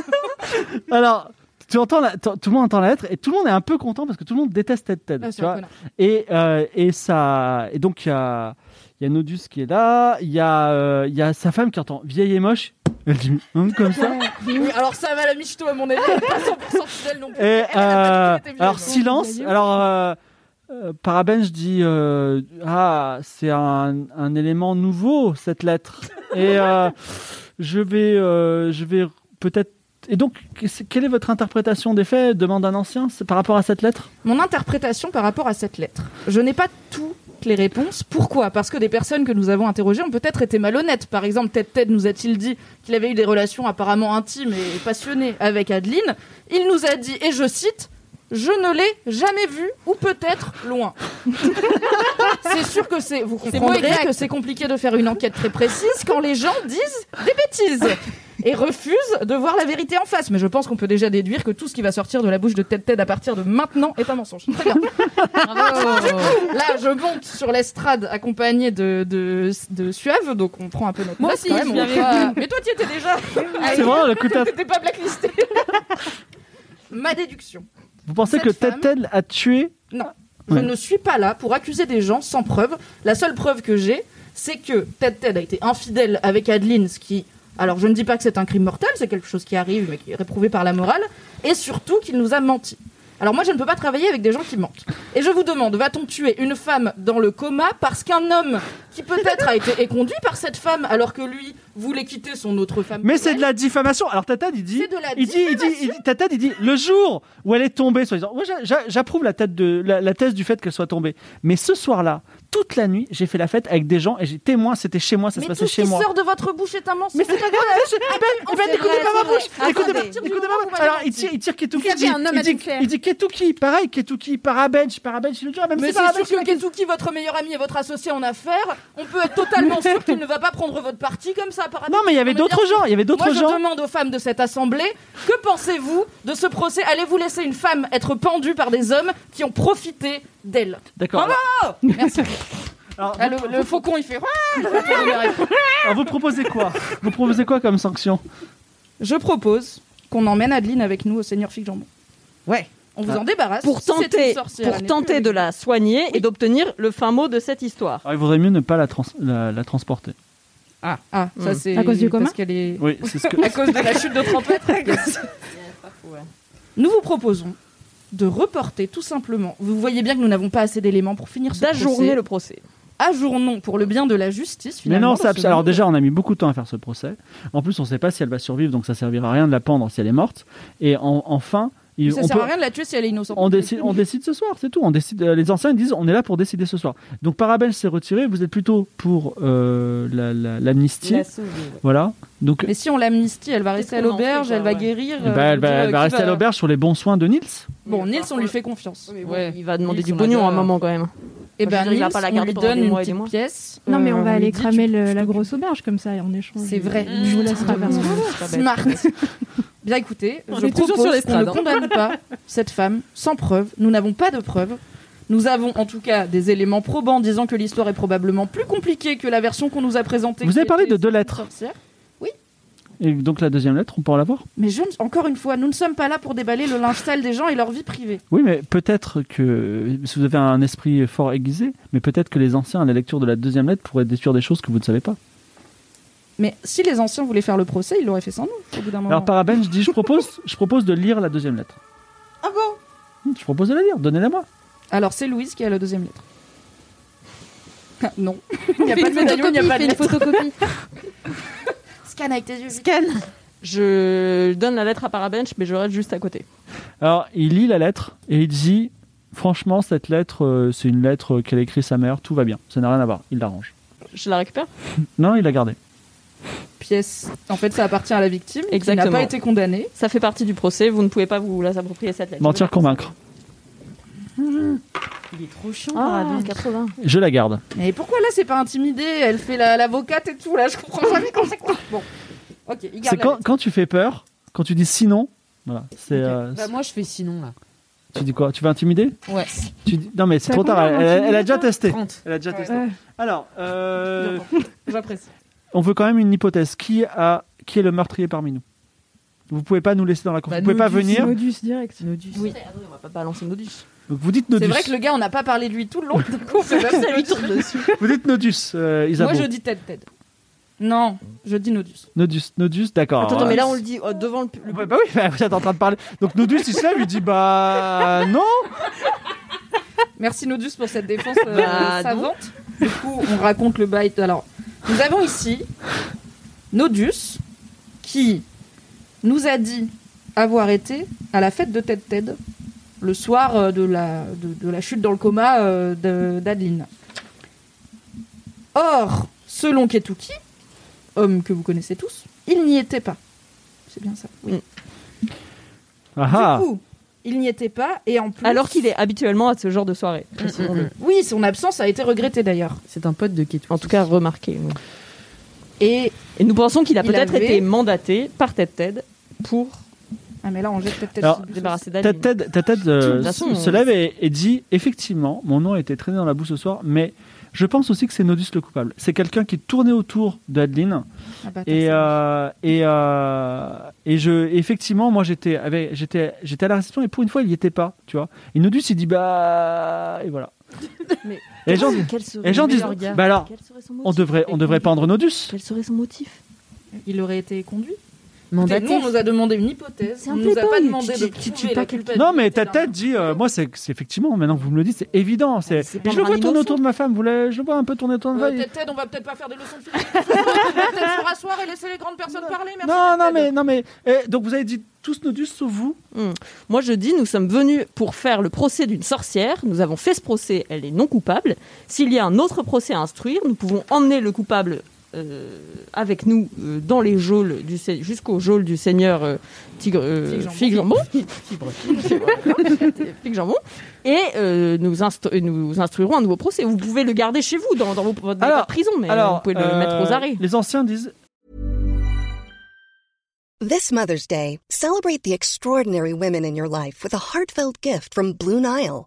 Alors, tu entends la- t- tout le monde entend la lettre et tout le monde est un peu content parce que tout le monde déteste Ted Ted.
Ah,
tu
c'est un
vois.
connard.
et, euh, et, ça, et donc, il y a, il y a Nodus qui est là, il y, a, euh, il y a sa femme qui entend vieille et moche. Elle dit Hum, comme ça.
Oui, alors ça va la michto à mon avis, elle est pas 100% fidèle non plus.
Et
Elle, elle a pas
euh,
dit qu'elle était vieille.
alors silence. Alors euh, euh, Parabench dit euh, ah c'est un, un élément nouveau cette lettre et euh, je vais euh, je vais peut-être et donc qu'est- quelle est votre interprétation des faits demande un ancien c'est par rapport à cette lettre
mon interprétation par rapport à cette lettre. Je n'ai pas toutes les réponses. Pourquoi Parce que des personnes que nous avons interrogées ont peut-être été malhonnêtes. Par exemple, Ted Ted nous a-t-il dit qu'il avait eu des relations apparemment intimes et passionnées avec Adeline Il nous a dit, et je cite, je ne l'ai jamais vu ou peut-être loin. c'est sûr que c'est. Vous
C'est moins
comprendrez
exact.
que c'est compliqué de faire une enquête très précise quand les gens disent des bêtises et refuse de voir la vérité en face. Mais je pense qu'on peut déjà déduire que tout ce qui va sortir de la bouche de Ted Ted à partir de maintenant est un mensonge. Très bien. Là, je monte sur l'estrade accompagnée de, de, de Suave, donc on prend un peu notre
Moi
note
aussi,
quand même,
je
on
viens
va
avec
pas-
vous.
Mais toi, tu y étais déjà. Ah
c'est vraiment le coup de tête.
T'étais pas blacklisté. Ma déduction.
vous pensez
Cette
que Ted
femme-
Ted a tué
Non. Je
Ouais.
ne suis pas là pour accuser des gens sans preuve. La seule preuve que j'ai, c'est que Ted Ted a été infidèle avec Adeline, ce qui. Alors, je ne dis pas que c'est un crime mortel, c'est quelque chose qui arrive, mais qui est réprouvé par la morale. Et surtout qu'il nous a menti. Alors, moi, je ne peux pas travailler avec des gens qui mentent. Et je vous demande, va-t-on tuer une femme dans le coma parce qu'un homme qui peut-être a été éconduit par cette femme alors que lui voulait quitter son autre femme
mais
pour
c'est
elle
de la diffamation. Alors Ted Ted, il dit,
C'est de la
il dit, il dit, il dit- Ted Ted, il dit, le jour où elle est tombée, soi disant, moi j'a- j'a- j'approuve la, tête de- la, la thèse du fait qu'elle soit tombée. Mais ce soir-là, toute la nuit, j'ai fait la fête avec des gens et j'ai témoin, c'était chez moi, ça
Mais
se
tout
passait
ce
chez
qui
moi.
sort de votre bouche est un mensonge.
Mais c'est pas grave, je- eh ben, eh ben,
c'est
n'écoutez
vrai,
pas ma
c'est vrai.
bouche, écoutez
Attendez.
pas, écoutez pas ma-
Vous m'avez
Alors,
menti.
il tire, il tire Ketuki,
Vous
il dit,
avez un homme
il
à
dit,
tout faire.
il dit Ketuki, pareil, Ketuki, Parabench,
chez Parabelle, chez le même
si
Mais
Parabelle,
c'est sûr que Kensuki, votre meilleur ami et votre associé en affaires, on peut être totalement sûr qu'il ne va pas prendre votre parti comme ça. Parabelle.
Non, mais il y avait
me
d'autres
dire-
gens, il y avait d'autres
Moi,
gens.
je demande aux femmes de cette assemblée, que pensez-vous de ce procès Allez-vous laisser une femme être pendue par des hommes qui ont profité d'elle
D'accord.
Bravo Merci. Ah, le, le faucon, il fait.
Alors, vous proposez quoi Vous proposez quoi comme sanction
Je propose qu'on emmène Adeline avec nous au Seigneur Fig Jambon.
Ouais.
On
Ah.
vous en débarrasse.
Pour
Si c'est une
tenter,
sorcière, elle
pour
n'est
tenter
plus
de la soigner et d'obtenir le fin mot de cette histoire.
Alors, Il vaudrait mieux ne pas la, trans- la, la transporter.
Ah, ça
Mm.
c'est.
À cause du coma
parce qu'elle est-
Oui, c'est ce que-
à cause de la chute de trempette. Nous vous proposons de reporter tout simplement. Vous voyez bien que nous n'avons pas assez d'éléments pour finir ce
D'ajourner
procès.
le Ah, procès.
Ajournons pour le bien de la justice.
Mais
Finalement,
non, ça,
dans ce
alors
monde.
déjà, on a mis beaucoup de temps à faire ce procès. En plus, on ne sait pas si elle va survivre, donc ça servira à rien de la pendre si elle est morte. Et en- enfin, il-
ça
on
sert
peut-
à rien de la tuer si elle est innocente.
On décide, on décide ce soir, c'est tout. On décide, euh, les anciens ils disent on est là pour décider ce soir. Donc Parabelle s'est retirée, vous êtes plutôt pour euh, la- la- l'amnistie.
La sauver, ouais.
Voilà. Donc,
Mais si on l'amnistie, elle va rester à
qu'on en
l'auberge,
fait,
elle va
ouais.
guérir.
eh ben,
euh,
elle va,
je veux dire,
elle va
qui
rester à l'auberge sur les bons soins de Nils.
Bon, Nils, on lui fait confiance. Ouais.
Il va demander
Nils,
du
on
pognon
adore.
à un moment quand même.
Eh
Enfin, je
ben,
veux dire, il va
Nils,
pas la
on
garder
lui
pendant
donne
des
une
mois et des
petite
mois.
pièce.
Non, mais on
Euh,
va
lui
aller
dit,
cramer le- la grosse auberge comme ça et en échange.
C'est vrai.
Je vous laisse traverser.
Smart. Bien écoutez,
On
je
est toujours
propose
sur
qu'on
l'estrade,
ne
hein.
condamne pas cette femme sans preuve. Nous n'avons pas de preuves. Nous avons en tout cas des éléments probants disant que l'histoire est probablement plus compliquée que la version qu'on nous a présentée.
Vous
qui
avez parlé
était
de deux
une
lettres.
sorcière.
Et donc la deuxième lettre, on peut la voir
Mais je ne- encore une fois, nous ne sommes pas là pour déballer le linge sale des gens et leur vie privée.
Oui, mais peut-être que si vous avez un esprit fort aiguisé, mais peut-être que les anciens à la lecture de la deuxième lettre pourraient détruire des choses que vous ne savez pas.
Mais si les anciens voulaient faire le procès, ils l'auraient fait sans nous au bout d'un moment.
Alors Parabelle, je dis je propose, je propose de lire la deuxième lettre.
Ah bon
Hmm, Je propose de la lire, donnez-la moi.
Alors c'est Louise qui a la deuxième lettre. Ah, non. Il n'y a pas de médaillon, il n'y a pas de lettre. Scanne avec tes yeux.
Scan. Je donne la lettre à Parabench, mais je reste juste à côté.
Alors, il lit la lettre et il dit Franchement, cette lettre, euh, c'est une lettre euh, qu'elle a écrit sa mère, tout va bien, ça n'a rien à voir, il l'arrange.
Je la récupère
Non, il l'a gardée.
pièce. En fait, ça appartient à la victime.
Exactement.
Qui n'a pas été condamnée.
Ça fait partie du procès, vous ne pouvez pas vous la approprier cette lettre.
Mentir, convaincre.
Il est trop chiant,
Ah.
Parabens, 80.
Je la garde.
Mais pourquoi là, c'est pas intimidé Elle fait la- l'avocate et tout. Là, je comprends jamais quand c'est quoi. Bon. Ok, il garde
C'est
la
quand,
lettre.
quand tu fais peur, quand tu dis sinon, voilà, c'est. euh,
Bah, moi, je fais sinon, là.
c'est- tu dis quoi Tu veux intimider
Ouais.
tu dis... Non, mais c'est
T'as
trop tard,
combien
elle, elle- elle a
d'intimidateurs
déjà testé.
30.
Elle a déjà testé. Alors, euh,
Euh, J'apprécie.
on veut quand même une hypothèse. Qui, a... qui est le meurtrier parmi nous Vous pouvez pas nous laisser dans la confusion. vous
Bah,
pouvez pas
Nodus,
venir.
Nodus direct.
Oui.
Ah On va pas balancer Nodus.
Donc vous dites
C'est
Nodus.
vrai que le gars, on n'a pas parlé de lui tout le long. Du coup, c'est même
Ça lui tombe dessus.
Vous dites Nodus, euh, Isabeau.
Moi, je dis Ted, Ted. Non, je dis Nodus.
Nodus, Nodus, d'accord.
Attends,
Alors,
attends, mais
euh,
là, on le dit euh, devant le. pu- le-
Ouais, bah oui, bah, vous êtes en train de parler. Donc Nodus, il se lève, il dit Bah non
Merci Nodus pour cette défense euh,
Bah,
savante. Du coup, on raconte le bail. Alors, nous avons ici Nodus qui nous a dit avoir été à la fête de Ted Ted le soir euh, de la, de, de la chute dans le coma euh, de- d'Adeline. Or, selon Ketuki, homme que vous connaissez tous, il n'y était pas. C'est bien ça, oui.
Ah
Du coup, il n'y était pas et en plus...
Alors qu'il est habituellement à ce genre de soirée.
Mm,
précisons-le.
Oui, son absence a été regrettée d'ailleurs.
C'est un pote de Ketou.
En tout cas, remarqué. oui.
Et
Et nous pensons qu'il a
Il
peut-être
avait-
été mandaté par Ted Ted pour
Ah mais là on jette peut-être
Alors,
sous-
débarrasser
Ta
d'Adeline.
tête, ta tête euh,
De toute façon,
se
on-
lève et, et dit Effectivement, mon nom a été traîné dans la boue ce soir, mais je pense aussi que c'est Nodus le coupable. C'est quelqu'un qui tournait autour d'Adeline.
sous- Ah, bah, attends,
Et,
ça-
euh, et, euh, et je, effectivement, moi j'étais avec- j'étais j'étais à la réception et pour une fois, il n'y était pas. Tu vois Et Nodus, il dit Bah. Et voilà.
Mais-
Et les gens,
Quel serait
et les gens
le
disent
meilleur gars
Bah alors,
Quel serait son
on
motif
devrait, on devrait pendre Nodus.
Quel serait son motif
il aurait été conduit.
Mandaté.
Nous, on nous a demandé une hypothèse.
C'est
On
un
nous a pas
playboy.
demandé
Tu-
de
tu- tu
prouver
tues pas
la
quelqu'un.
culpabilité
Non, mais ta
d'un-
tête dit, euh, moi, c'est c'est effectivement, maintenant que vous me le dites, c'est évident. C'est,
Ah, c'est
je
pas
le vois
un
tourner
innocent.
autour de ma femme, vous la- je le vois un peu tourner autour de ma
Euh,
femme.
Ted, Ted, on va peut-être pas faire des leçons de physique. on va peut-être se rasseoir et laisser les grandes personnes parler. Merci.
non,
Ted,
non,
Ted.
mais, non, mais. eh, donc, vous avez dit tous Nodus sauf vous.
Moi, je dis, nous sommes venus pour faire le procès d'une sorcière. Nous avons fait ce procès, elle est non coupable. S'il y a un autre procès à instruire, nous pouvons emmener le coupable euh, avec nous euh, dans les geôles du Se- jusqu'au geôle du seigneur euh, tigre euh,
Figue-jambon.
figue jambon. Patrick Jambon, et euh, nous, instru- nous instruirons un nouveau procès. Vous pouvez le garder chez vous, dans, dans vos- votre dans votre prison, mais
alors,
vous pouvez le
euh,
mettre aux arrêts.
Les anciens disent
This Mother's Day, celebrate the extraordinary women in your life with a heartfelt gift from Blue Nile.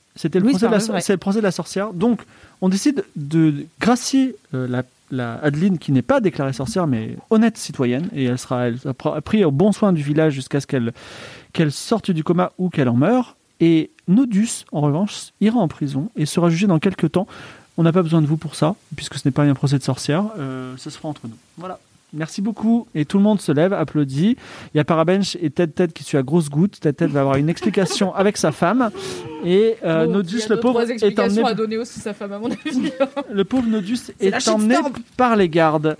C'était le,
Louise
procès de la
parle
sor-
vrai.
c'est le procès de la sorcière. Donc, on décide de gracier euh, la, la Adeline, qui n'est pas déclarée sorcière, mais honnête citoyenne. Et elle sera, elle sera pr- pris au bon soin du village jusqu'à ce qu'elle qu'elle sorte du coma ou qu'elle en meure. Et Nodus, en revanche, ira en prison et sera jugé dans quelques temps. On n'a pas besoin de vous pour ça, puisque ce n'est pas un procès de sorcière. Euh, ce sera entre nous. Voilà. Merci beaucoup. Et tout le monde se lève, applaudit. Il y a Parabench et Ted Ted qui suit à grosses gouttes. Ted Ted va avoir une explication avec sa femme. Et euh,
Bon, Oh, il
Nodus,
y a
le
deux,
pauvre,
trois
est
explications
emmené,
à donner aussi sa femme à mon avis.
le pauvre Nodus
C'est la
est emmené
shitstorm.
par les gardes.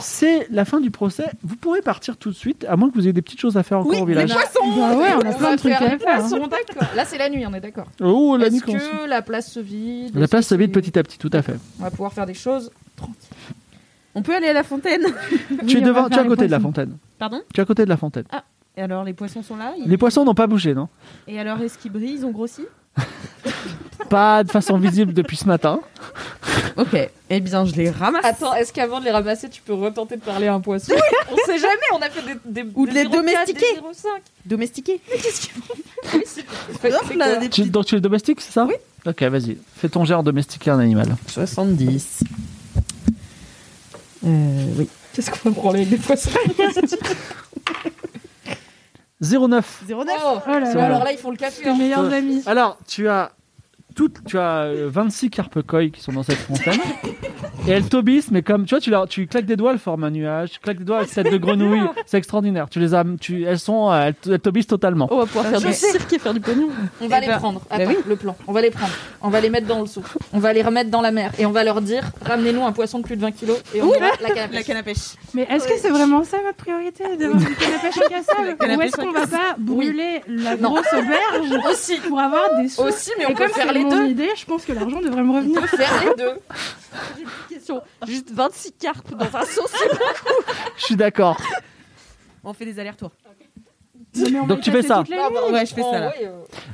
C'est la fin du procès. Vous pourrez partir tout de suite, à moins que vous ayez des petites choses à faire encore au village.
Eh ben,
Bah ouais, on a plein
va
de trucs
faire
à
les
faire, hein.
poissons, d'accord. Là, c'est la nuit, on est d'accord.
Oh, la
Est-ce
nuit commence.
que la place se vide
La place se vide petit à petit, tout à fait.
On va pouvoir faire des choses tranquilles.
On peut aller à la fontaine
tu es devant, tu es à côté de la fontaine.
Pardon
Tu es à côté de la fontaine.
Ah, et alors les poissons sont là ils-
Les poissons n'ont pas bougé, non
Et alors est-ce qu'ils brillent Ils ont grossi
Pas de façon visible depuis ce matin.
Ok, eh bien je les ramasse.
Attends, est-ce qu'avant de les ramasser, tu peux retenter de parler à un poisson On sait jamais, on a fait des. des
Ou de les domestiquer.
Domestiquer Mais qu'est-ce qu'ils font Mais c'est- c'est
Hop là,
quoi
des
Tu- donc tu es le domestique, c'est ça Oui. Ok, vas-y. Fais ton genre domestiquer un animal.
70. Euh, oui.
Qu'est-ce qu'on va branler avec des poissons
09.
09
oh,
là là.
Alors là, ils font le café. hein.
Euh, Alors, tu as toutes, tu as euh, 26 carpes koi qui sont dans cette fontaine. Et elles t'obéissent, mais comme tu vois, tu, leur, tu claques des doigts, elles forment un nuage. Tu claques des doigts, elles tête de grenouille. C'est extraordinaire. Tu les as, tu, elles sont, euh, elles t- elles t'obéissent totalement.
Oh, On va
Ah,
pouvoir faire
Je
du
sais.
cirque et faire du pognon.
On va
Eh
les
ben,
prendre.
bah
Attends,
oui.
le plan. On va les prendre. On va les mettre dans le seau. On va les remettre dans la mer. Et on va leur dire ramenez-nous un poisson de plus de 20 kilos. Et on
Oui.
ira la canne à pêche.
Mais est-ce que c'est vraiment ça votre priorité d'avoir une canne à pêche incassable
canne à
Ou est-ce
pêche
qu'on va pas brûler la
Non.
grosse auberge
Aussi.
pour avoir des sous
Aussi, mais on
Et
peut
comme
faire
c'est
les
mon
deux.
idée, je pense que l'argent devrait me revenir.
On peut faire les deux.
Question. Juste 26 carpes dans un seau, c'est beaucoup.
Je suis d'accord.
On fait des allers-retours.
Donc tu fais ça.
Ah, bah, on-
Ouais, je fais
on-
ça, là.
ouais, euh,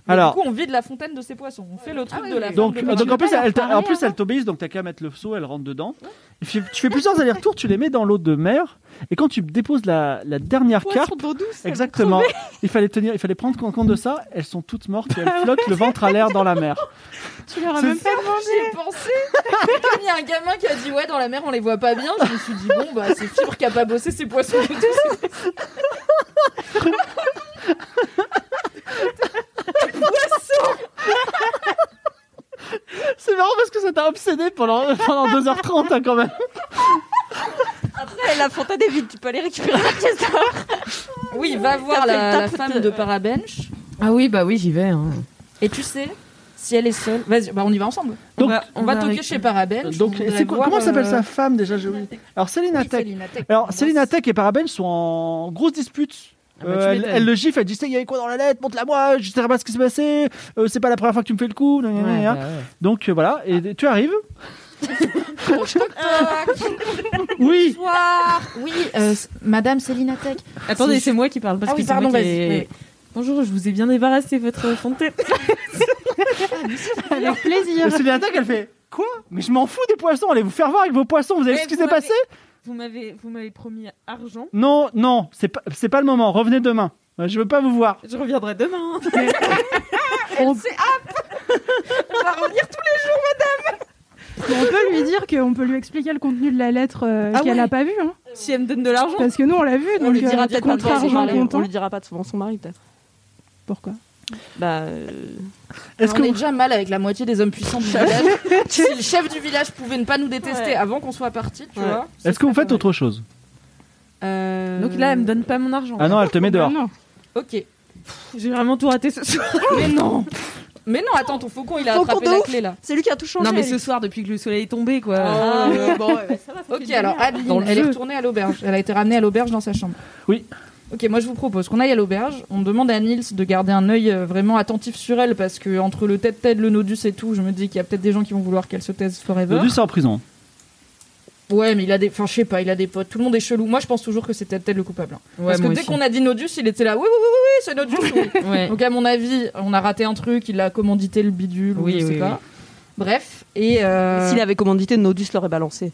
Alors.
Du coup, on vide la fontaine de ces poissons. On fait le truc de la
Donc,
fontaine. de
donc en plus,
poissons.
elle, t'a- en plus, elles t'obéissent, donc t'as qu'à mettre le seau, elles rentrent dedans. Et puis, tu fais plusieurs allers-retours, tu les mets dans l'eau de mer, et quand tu déposes la, la dernière carpe, exactement, il fallait tenir, il fallait prendre en compte de ça. Elles sont toutes mortes, et elles flottent le ventre à l'air dans la mer.
Tu leur as
C'est
même
ça.
pas
J'y ai
demandé.
pensé. Et Comme il y a un gamin qui a dit ouais dans la mer on les voit pas bien, je me suis dit bon bah c'est fibre qui a pas bossé ses poissons. et tout, c'est-
C'est marrant parce que ça t'a obsédé pendant, pendant 2h30 hein, quand même.
Après, la fontaine est vide, tu peux aller récupérer la pièce d'or.
Oui va voir
T'appelles
la,
ta
la
pote,
femme
euh,
de Parabench
Ah oui, bah oui, j'y vais. hein.
et tu sais si elle est seule vas-y bah on y va ensemble.
Donc,
On va toquer
avec-
chez Parabench.
donc
on voudrait
c'est quoi,
voir,
comment s'appelle
euh,
sa femme déjà j'ai oublié. Alors Céline Attack.
Céline Attack.
Alors Céline Attack et Parabench sont en grosse dispute.
bah, tu
Euh, elle,
m'étonnes.
elle le gifle, elle dit Tu sais, il y avait quoi dans la lettre, montre-la moi, je sais pas ce qui s'est passé, Euh, c'est pas la première fois que tu me fais le coup. gna, gna, gna,
Ouais,
gna.
bah ouais.
Donc euh, voilà, et tu arrives.
Toc,
Oui,
Bonsoir. Oui euh, c- Madame Céline Attack.
Attendez,
Si-
c'est moi qui parle. Parce
Ah
que
oui,
c'est
pardon,
moi qui
vas-y,
ai-
oui.
Bonjour, je vous ai bien débarrassé votre fontaine.
Avec
Ah.
plaisir.
et Céline Attack elle fait Quoi Mais je m'en fous des poissons, allez vous faire voir avec vos poissons, vous avez
Mais
vu ce qui
vous
s'est
m'avez-
passé
Vous m'avez, vous m'avez promis argent.
Non, non, c'est pas, c'est pas le moment, revenez demain, Euh, je veux pas vous voir.
Je reviendrai demain.
On,
On va revenir
on peut lui dire qu'on peut lui expliquer le contenu de la lettre euh,
Ah
qu'elle
ouais.
a pas vue. hein.
si elle me donne de l'argent,
Parce que nous, on l'a vu.
On
donc,
lui
euh,
dira peut-être pas
contre
devant son
argent
mari. On
comptant.
lui dira pas devant son mari, peut-être.
Pourquoi
Bah. euh,
Est-ce
on
que
est
vous-
déjà mal avec la moitié des hommes puissants du village. si le chef du village pouvait ne pas nous détester
Ouais.
avant qu'on soit parti, tu
Ouais.
vois.
est-ce que vous faites autre chose
Euh,
Donc là, elle me donne pas mon argent.
Ah non, elle te met
Bah
dehors.
non.
euh,
Ok.
J'ai vraiment tout raté ce soir.
Mais non Mais non, attends, ton faucon, il a
Faucon
attrapé
de
la
ouf.
clé là.
C'est lui qui a tout changé.
Non, mais ce soir, depuis que le soleil est tombé, quoi.
Ah,
Euh,
bon, ouais, ouais, ça va, ça fait du bien. Ok, alors Adeline, elle est retournée à l'auberge. Elle a été ramenée à l'auberge dans sa chambre.
Oui.
Ok, moi je vous propose qu'on aille à l'auberge. On demande à Nils de garder un œil euh, vraiment attentif sur elle parce que entre le tête-tête, le nodus et tout, je me dis qu'il y a peut-être des gens qui vont vouloir qu'elle se taise forever.
Le c'est en prison.
Ouais, mais il a des. Enfin, je sais pas, il a des potes. Tout le monde est chelou. Moi, je pense toujours que c'est peut-être le coupable. hein.
Ouais,
Parce que
moi
dès
aussi.
qu'on a dit Nodus, il était là. Oui, oui, oui, oui, oui, c'est Nodus. oui. Donc, à mon avis, on a raté un truc. Il a commandité le bidule
Oui,
ou je sais
oui,
pas.
oui.
Bref. Et. euh,
S'il avait commandité, Nodus l'aurait balancé.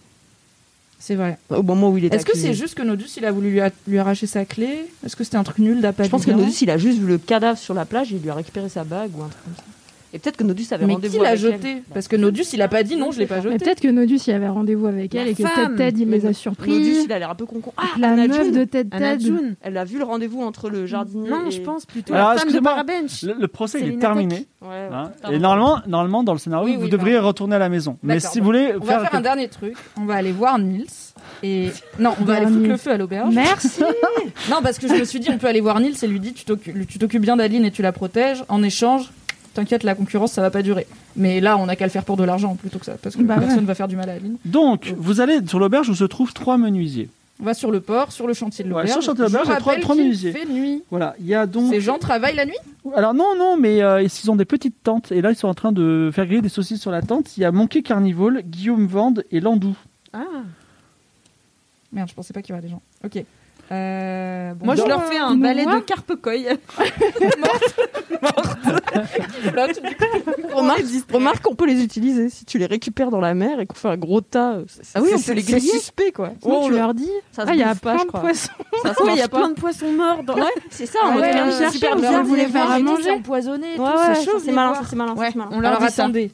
C'est vrai.
Au moment où il était.
Est-ce que c'est juste que Nodus, il a voulu lui, a- lui arracher sa clé Est-ce que c'était un truc nul d'appât
Je pense que
du gain
Nodus, il a juste vu le cadavre sur la plage et il lui a récupéré sa bague ou un truc comme ça. Et peut-être que Nodus avait
Mais
rendez-vous
qui l'a
avec
jeté
elle.
Parce que Nodus, il a pas dit non, je l'ai pas
Mais
jeté.
peut-être que Nodus y avait rendez-vous avec elle et que Ted Ted il les a surpris.
Nodus, il a l'air un peu con Ah,
la
Anna
meuf
June.
de Ted
Anna
Ted.
June. Elle a vu le rendez-vous entre le jardinier.
Non,
et-
je pense plutôt
Alors,
la femme de
excusez-moi,
Parabench.
Le, le procès il est
Céline
terminé.
Attaque.
Ouais,
hein.
pardon.
et normalement, normalement, dans le scénario,
Oui,
vous
oui,
devriez retourner à la maison. Mais
D'accord,
si vous
bon.
voulez
on va
faire,
faire un
quelque-
dernier truc. On va aller voir Nils et non, on va aller foutre le feu à l'auberge.
Merci.
non, parce que je me suis dit on peut aller voir Nils et lui dit tu t'occupes tu t'occupes bien d'Aline et tu la protèges. En échange, t'inquiète, la concurrence ça va pas durer. Mais là, on a qu'à le faire pour de l'argent plutôt que ça, parce que
Bah ouais.
personne va faire du mal à Aline.
donc vous allez sur l'auberge où se trouvent trois menuisiers.
On va sur le port, sur le chantier de
Ouais,
l'auberge.
sur le chantier de l'auberge,
Je
il y a trois-
rappelle
trois
qu'il
menuisiers.
Fait nuit.
Voilà, il y a donc.
Ces gens travaillent la nuit.
Alors non, non, mais euh, ils ont des petites tentes et là ils sont en train de faire griller des saucisses sur la tente. Il y a Monkey Carnival, Guillaume Vande et Landou.
Ah.
Merde, je pensais pas qu'il y aurait des gens. Ok. Euh, bon,
Moi, je
donc,
leur fais un
Nous
ballet de
voir.
carpe-coille.
flotte, du coup.
Remarque, remarque qu'on peut les utiliser si tu les récupères dans la mer et qu'on fait un gros tas. euh, c'est-
Ah oui,
c'est-
on peut
c'est-
les
c'est
griller.
suspect, quoi.
Sinon,
Oh,
tu
le-
leur dis.
Ça se
Ah, il y a
bouffe pas, je
plein de
crois.
poissons.
Ça se
Ouais, Ah il y a
mange pas.
plein de poissons morts dans.
Ouais, c'est ça. On
Ah ouais,
dirait
on
un
cherchait,
super
on
bien.
dirait
Ouais,
vous voulez faire à manger.
empoisonné.
ouais, ça, c'est malin, ça, c'est malin, ça, c'est malin.
On leur Alors
dit ça.
attendez,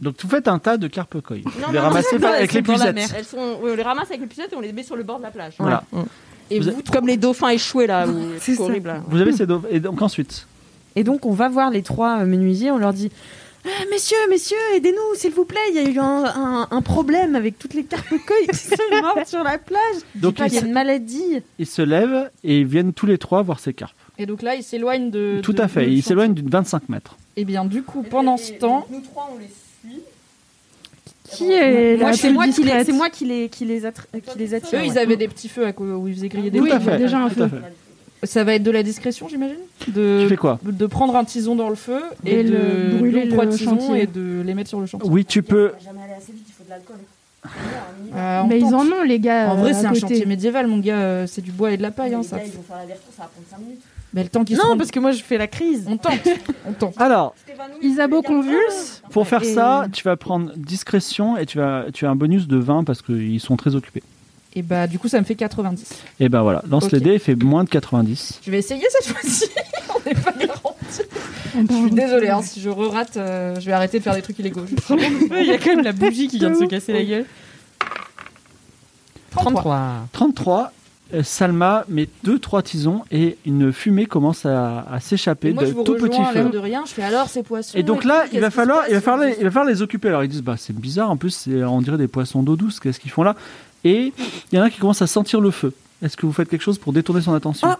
Donc vous faites un tas de carpecoilles. Vous les
non,
ramassez
non,
pas
elles
avec
sont
les
dans la
pucettes.
mer. Elles sont, oui, on les ramasse avec les pucettes et on les met sur le bord de la plage.
Voilà.
Et
Vous
vous,
a-
trois-
Comme les dauphins échoués là, ou Mm. c'est
ça.
horrible. là.
Vous avez ces dos. Et donc ensuite,
Et donc, on va voir les trois euh, menuisiers, on leur dit Ah, Messieurs, messieurs, aidez-nous, s'il vous plaît, il y a eu un, un- un problème avec toutes les carpecoilles qui sont mortes sur la plage.
donc
Ah,
ils,
Il y a une maladie.
ils se lèvent et ils viennent tous les trois voir ces carpes.
Et donc là, ils s'éloignent
Euh,
de.
Tout
de-
à fait.
de-
Ils s'éloignent d'une 25 mètres.
Et Eh bien, du coup, pendant ce temps,
Nous trois, on les suit.
Euh.
Qui est
Moi,
la
je suis-
C'est
plus
moi, qui les,
discrète
c'est moi qui les, qui les, attra- qui les attire.
eux,
ouais.
ils avaient des petits feux à co- où ils faisaient griller des
Tout
Oui,
à
il y a
fait.
déjà un
Ah,
Tout
feu.
à fait.
Ça va être de la discrétion, j'imagine
Tu
de...
fais quoi
de prendre un tison dans le feu et,
Et
de
le- brûler
deux ou trois
le
tisons
chantier.
et de les mettre sur le chantier.
Oui, tu peux.
Jamais aller assez vite, il faut de l'alcool.
Euh, on
Mais ils
tente.
en ont les gars.
En vrai,
euh,
c'est
à
un
côté.
chantier médiéval, mon gars. euh, C'est du bois et de la paille, hein, ça.
vont faire l'aller-retour, ça va prendre 5 minutes.
Mais le temps qu'ils se
Non,
rendent-
parce que moi, je fais la crise.
on tente, on tente.
Alors,
Isabeau convulse.
pour faire
Et-
ça, tu vas prendre discrétion et tu vas, tu as un bonus de 20 parce qu'ils sont très occupés.
Et bah, du coup, ça me fait 90.
Et ben voilà, lance
Ok.
les dés, fait moins de 90.
Je vais essayer cette fois-ci. on n'est pas garanti.
On
Je suis
part-
désolée, hein, si je re-rate, euh, je vais arrêter de faire des trucs illégaux. Je suis-
Il y a quand même la bougie qui vient de se casser la gueule. 33.
33, euh, Salma met 2-3 tisons et une fumée commence à, à
Et
s'échapper
moi,
de
je vous
tout petit
rejoins à l'air
feu.
de rien. Je fais alors ces poissons.
Et donc là,
tout,
il va,
qu'est-ce qui se
falloir,
passe
il, va falloir les, il va falloir les occuper. Alors ils disent, bah, c'est bizarre, en plus c'est, on dirait des poissons d'eau douce, qu'est-ce qu'ils font là Et il y en a qui commencent à sentir le feu. Est-ce que vous faites quelque chose pour détourner son attention
Ah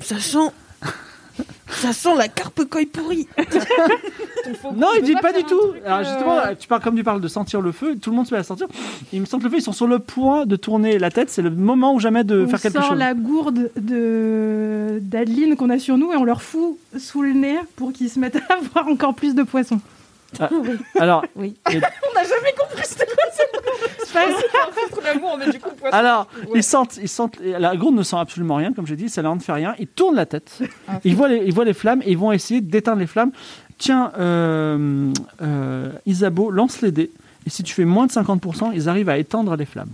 Ça sent. Ça sent la carpecoille pourrie.
Faut-
Non,
on
il
peut
dit pas
faire
du
un
tout.
truc,
Alors
euh,
justement, tu parles comme tu parles de sentir le feu, tout le monde se met à sentir. Ils me sentent le feu, ils sont sur le point de tourner la tête, c'est le moment ou jamais de
on
Euh, faire quelque
sort
chose.
la gourde de d'Adeline qu'on a sur nous et on leur fout sous le nez pour qu'ils se mettent à avoir encore plus de poissons.
Alors,
Oui.
et-
On n'a jamais compris ce que
C'est pas grave.
c'est un filtre d'amour, mais du coup, poisson.
alors
Ouais.
ils sentent, ils sentent. La gourde ne sent absolument rien, comme j'ai dit, ça leur ne fait rien. Ils tournent la tête,
Ah,
ils voient les, ils voient les flammes et ils vont essayer d'éteindre les flammes. Tiens, euh, euh, Isabeau, lance les dés. Et si tu fais moins de 50%, ils arrivent à éteindre les flammes.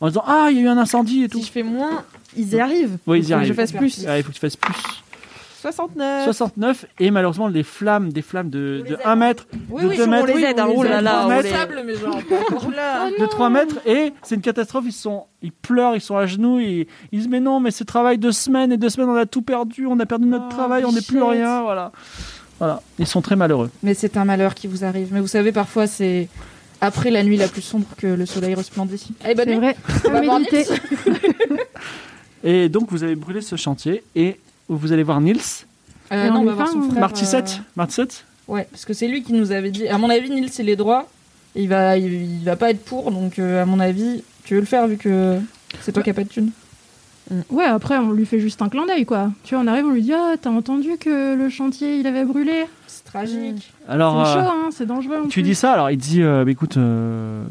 En disant Ah, il y a eu un incendie et tout.
Si je fais moins, ils y arrivent.
Oui, ils y
Il faut que
arrivent.
Je fasse plus.
Ah, il faut que tu fasses plus.
Euh.
69.
69 et malheureusement les flammes des flammes de, de 1 mètre
Oui,
de
oui,
deux
je-
mètres,
on les aide. hein,
on
Oh
les
là
aide,
là,
trois
on
mètres.
les sable, mais genre. oh là.
de 3 mètres et c'est une catastrophe ils sont ils pleurent ils sont à genoux ils, ils disent mais non mais ce travail de semaine et de semaine on a tout perdu on a perdu notre
Oh,
Ah,
travail on n'est plus
shit.
rien voilà voilà ils sont très malheureux
Mais c'est un malheur qui vous arrive. Mais vous savez, parfois, c'est après la nuit la plus sombre que le soleil resplendit. Allez, bonne
C'est
nuit.
vrai.
Eh ben, On va
À
voir Nils.
méditer.
et donc vous avez brûlé ce chantier et vous allez voir Nils
Euh,
Et on
non, on
lui
va voir
fait
son
un-
frère.
euh,
Martissette Martissette
euh, Ouais, parce que c'est lui qui nous avait dit. À mon avis, Nils, c'est les droits. Il va, il, il va pas être pour, donc euh, à mon avis, tu veux le faire vu que c'est toi qui a pas de thune.
Ouais, après, on lui fait juste un clin d'œil, quoi. Tu vois, on arrive, on lui dit Ah, t'as entendu que le chantier, il avait brûlé
C'est tragique.
C'est
Alors,
chaud,
euh,
hein, c'est dangereux. en
tu
plus.
dis ça, alors il dit euh, bah, écoute, euh,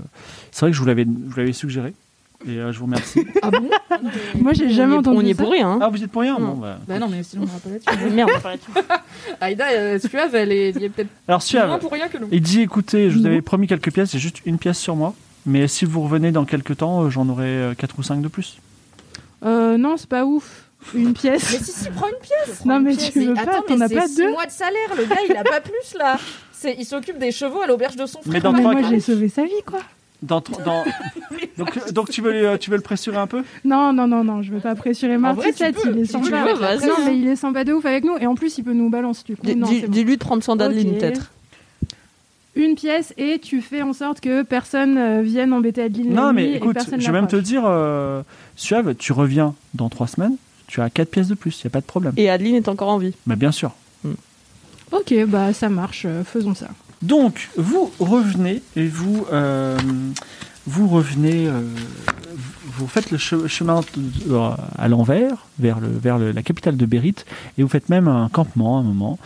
c'est vrai que je vous l'avais je vous l'avais suggéré. Et euh, je vous remercie.
Ah bon
Moi, j'ai jamais
on y est-
entendu.
on y est
ça.
pour rien, hein.
Ah, vous êtes pour rien
Non.
bon, bah.
Bah non, mais sinon on va pas là-dessus.
Merde, on parle là-dessus.
Aïda, euh, Suave, elle est, elle est peut-être
Alors, Suave,
moins pour rien que nous.
il dit écoutez,
Mhm.
je vous avais promis quelques pièces, j'ai juste une pièce sur moi. Mais si vous revenez dans quelques temps, euh, j'en aurai euh, quatre ou cinq de plus.
Euh, non, c'est pas ouf. Une pièce.
Mais si, si, prends une pièce
Non,
Prends une
mais
pièce.
tu veux
Et
pas,
attends,
t'en
mais
as
c'est
pas
six
deux
mois de salaire, le gars, il a pas plus, là C'est- Il s'occupe des chevaux à l'auberge de son frère.
Mais dans
Mais
trois-
moi, j'ai sauvé sa vie, quoi.
Dans, tro- dans- donc, euh, donc tu, veux, le- tu veux le pressurer un peu
Non, non, non, non, je veux pas pressurer
vrai, tu
Martissette,
peux,
il est
tu
sympa.
peux, vas-y.
Non, mais il est sympa de ouf avec nous, et en plus, il peut nous balancer, du coup.
Dis-
non,
dis-
c'est bon.
Dis-lui de prendre son dadline,
Ok.
peut-être.
Une pièce, et tu fais en sorte que personne euh, vienne embêter Adeline. la
Non,
nuit
mais
et
écoute,
personne
je vais même te
l'approche.
dire, euh, Suave, tu reviens dans trois semaines, tu as quatre pièces de plus, il n'y a pas de problème.
Et Adeline est encore en vie.
Bah, bien sûr.
Ok, bah ça marche, euh, faisons ça.
Donc, vous revenez et vous, euh, vous revenez, euh, vous faites le che- chemin de- de- à l'envers, vers, le, vers le- la capitale de Bérite, et vous faites même un campement à un moment.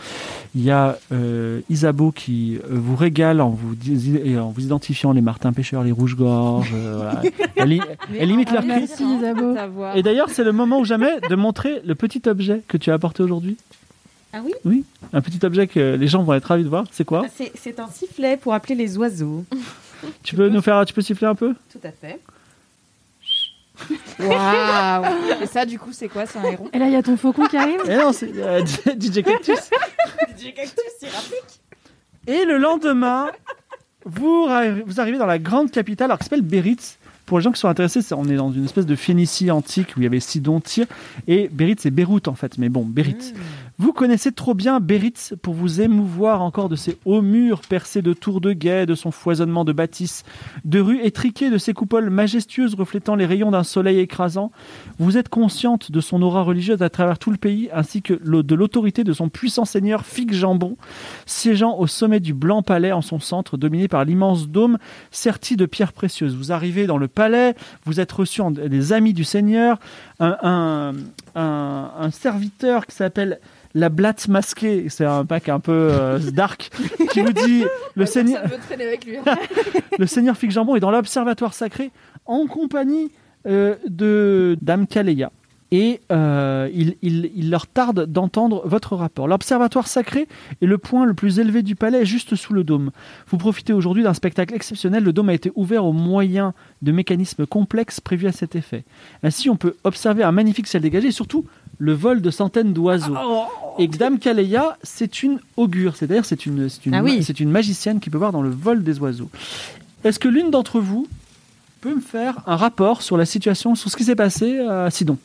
Il y a euh, Isabeau qui euh, vous régale en vous, dis- et en vous identifiant les martins pêcheurs, les rouges-gorges. euh, voilà. elle, li- elle imite leur cri.
Merci Isabeau.
Et d'ailleurs, c'est le moment ou jamais de montrer le petit objet que tu as apporté aujourd'hui.
Ah oui
Oui, un petit objet que les gens vont être ravis de voir. C'est quoi
C'est c'est un sifflet pour appeler les oiseaux.
Tu peux nous faire, tu peux siffler un peu
Tout à fait.
Waouh Et ça, du coup, c'est quoi C'est un héron
Et là, il y a ton faucon qui arrive.
Eh non, c'est euh, DJ Cactus. Et le lendemain, vous, arri- vous arrivez dans la grande capitale, alors qui s'appelle Béritz. Pour les gens qui sont intéressés, c'est- on est dans une espèce de Phénicie antique où il y avait Sidon, Tyr. Et Béritz, c'est Beyrouth en fait, mais bon, Béritz. Vous connaissez trop bien Béritz pour vous émouvoir encore de ses hauts murs percés de tours de guet, de son foisonnement de bâtisses, de rues étriquées, de ses coupoles majestueuses reflétant les rayons d'un soleil écrasant. Vous êtes consciente de son aura religieuse à travers tout le pays, ainsi que l'au- de l'autorité de son puissant seigneur Fig Jambon, siégeant au sommet du Blanc Palais en son centre, dominé par l'immense dôme serti de pierres précieuses. Vous arrivez dans le palais, vous êtes reçu en des amis du seigneur, un, un- un- un serviteur qui s'appelle la blatte masquée, c'est un pack un peu euh, dark, qui vous dit le seigneur,
Personne veut traîner avec lui. hein.
le seigneur Fig Jambon est dans l'observatoire sacré en compagnie euh, de Dame Kaleya. Et euh, il, il- il leur tarde d'entendre votre rapport. L'observatoire sacré est le point le plus élevé du palais, juste sous le dôme. Vous profitez aujourd'hui d'un spectacle exceptionnel. Le dôme a été ouvert au moyen de mécanismes complexes prévus à cet effet. Ainsi, on peut observer un magnifique ciel dégagé et surtout le vol de centaines d'oiseaux.
Oh.
Et Dame Kaleya, c'est une augure, c'est-à-dire c'est une, c'est une,
Ah oui.
c'est une magicienne qui peut voir dans le vol des oiseaux. Est-ce que l'une d'entre vous peut me faire un rapport sur la situation, sur ce qui s'est passé à Sidon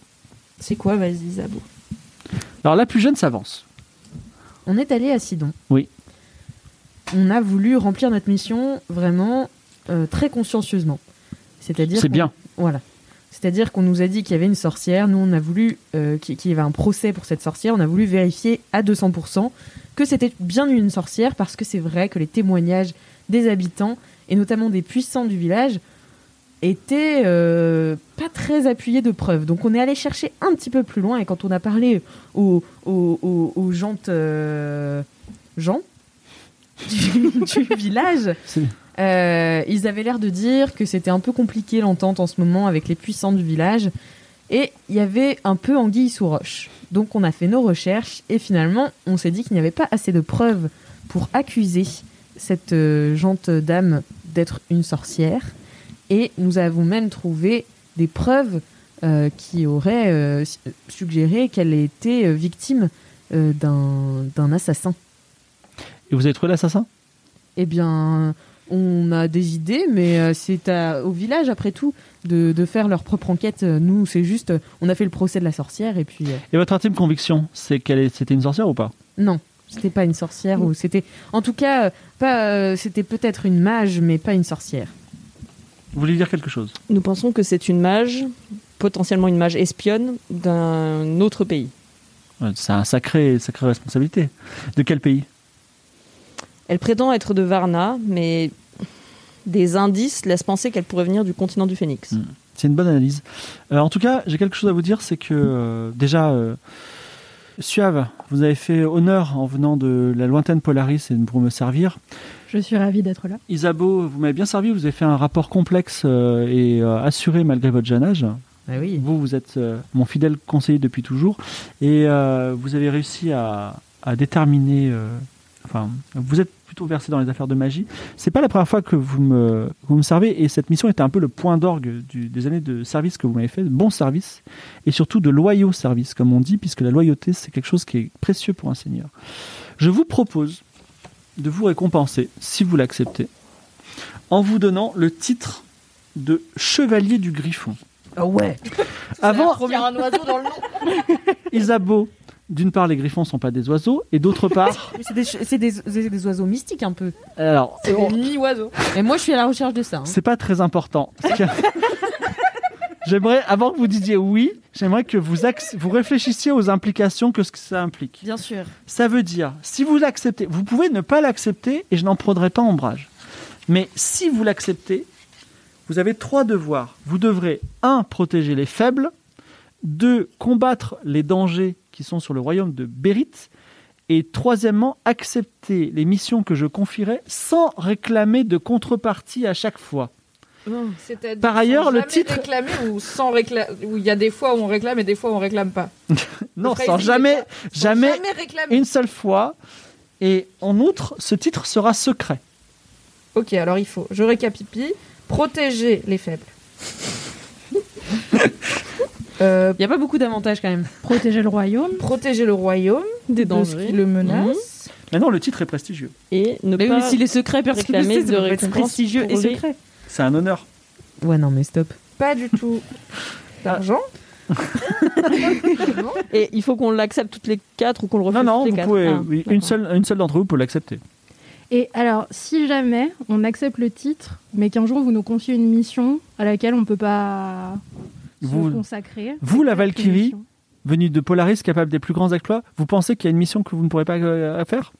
C'est quoi, vas-y, Isabo
Alors la plus jeune s'avance.
On est allé à Sidon.
Oui.
On a voulu remplir notre mission vraiment euh, très consciencieusement. C'est-à-dire
C'est
qu'on-
bien.
Voilà. C'est-à-dire qu'on nous a dit qu'il y avait une sorcière. Nous, on a voulu euh, qu'il qu'il y avait un procès pour cette sorcière. On a voulu vérifier à 200% que c'était bien une sorcière parce que c'est vrai que les témoignages des habitants et notamment des puissants du village étaient euh, pas très appuyés de preuves. Donc on est allé chercher un petit peu plus loin et quand on a parlé aux, aux, aux, aux gens, euh, gens du, du village,
C'est-
euh, ils avaient l'air de dire que c'était un peu compliqué l'entente en ce moment avec les puissants du village. Et il y avait un peu anguille sous roche. Donc on a fait nos recherches et finalement on s'est dit qu'il n'y avait pas assez de preuves pour accuser cette euh, jante dame d'être une sorcière. Et nous avons même trouvé des preuves euh, qui auraient euh, su- suggéré qu'elle était euh, victime euh, d'un d'un assassin.
Et vous avez trouvé l'assassin
Eh bien, on a des idées, mais euh, c'est à- au village, après tout, de, de faire leur propre enquête. Euh, Nous, c'est juste, euh, on a fait le procès de la sorcière, et puis euh,
Et votre intime conviction, c'est qu'elle est- c'était une sorcière ou pas
non, c'était pas une sorcière, ou c'était, en tout cas, euh, pas, euh, c'était peut-être une mage, mais pas une sorcière.
Vous voulez dire quelque chose
Nous pensons que c'est une mage, potentiellement une mage espionne d'un autre pays.
Euh, C'est un sacré, sacrée responsabilité. De quel pays
Elle prétend être de Varna, mais des indices laissent penser qu'elle pourrait venir du continent du Phénix.
C'est une bonne analyse. Euh, en tout cas, j'ai quelque chose à vous dire, c'est que euh, déjà, euh, Suave, vous avez fait honneur en venant de la lointaine Polaris et pour me servir.
Je suis ravie d'être là.
Isabeau, vous m'avez bien servi, vous avez fait un rapport complexe euh, et euh, assuré malgré votre jeune âge. Vous, vous êtes euh, mon fidèle conseiller depuis toujours et euh, vous avez réussi à, à déterminer. euh, enfin, vous êtes plutôt versé dans les affaires de magie. C'est pas la première fois que vous me, vous me servez et cette mission était un peu le point d'orgue du- des années de service que vous m'avez fait, de bons services et surtout de loyaux services, comme on dit, puisque la loyauté c'est quelque chose qui est précieux pour un seigneur. Je vous propose de vous récompenser, si vous l'acceptez, en vous donnant le titre de chevalier du griffon. Ah ouais Avant,
Il y a un oiseau dans le nom.
Isabeau, d'une part, les griffons sont pas des oiseaux, et d'autre part,
Mais C'est des, ch- c'est des- c'est des oiseaux mystiques un peu.
alors,
C'est des mini-oiseaux. Et moi, je suis à la recherche de ça. hein.
c'est pas très important. Ce qui- J'aimerais, avant que vous disiez oui, j'aimerais que vous, acc- vous réfléchissiez aux implications que ce que ça implique.
Bien sûr.
Ça veut dire, si vous l'acceptez, vous pouvez ne pas l'accepter et je n'en prendrai pas ombrage. Mais si vous l'acceptez, vous avez trois devoirs. Vous devrez, un, protéger les faibles, deux, combattre les dangers qui sont sur le royaume de Bérite, et troisièmement, accepter les missions que je confierai sans réclamer de contrepartie à chaque fois.
C'est-à-dire
Par ailleurs,
sans
le
jamais
titre-
réclamer ou sans récla- où il y a des fois où on réclame et des fois où on réclame pas.
Non,
phrasing
sans
est
jamais, jamais,
jamais réclamer.
une seule fois. Et en outre, ce titre sera secret.
Ok, alors il faut. Je récapitule. Protéger les faibles.
Il n'y a pas beaucoup d'avantages quand même.
Protéger le royaume.
Euh, Protéger le royaume
Des
de ce
dangers.
qui le
Mhm.
menace.
Mais non, le titre est prestigieux.
Et ne
Mais
pas
oui, si les secrets, personne ne
réclamer
sait, ça
de
doit être
récompense
prestigieux et
pour les-
secret.
C'est un honneur.
Ouais, non, mais stop.
Pas du tout d'argent.
Et il faut qu'on l'accepte toutes les quatre ou qu'on le refuse
Non, non,
toutes les
vous
quatre.
pouvez,
Ah,
oui,
d'accord.
une seule, une seule d'entre vous peut l'accepter.
Et alors, si jamais on accepte le titre, mais qu'un jour vous nous confiez une mission à laquelle on ne peut pas
Vous-
se consacrer.
Vous, la Valkyrie,
mission.
venue de Polaris, capable des plus grands exploits, vous pensez qu'il y a une mission que vous ne pourrez pas euh, faire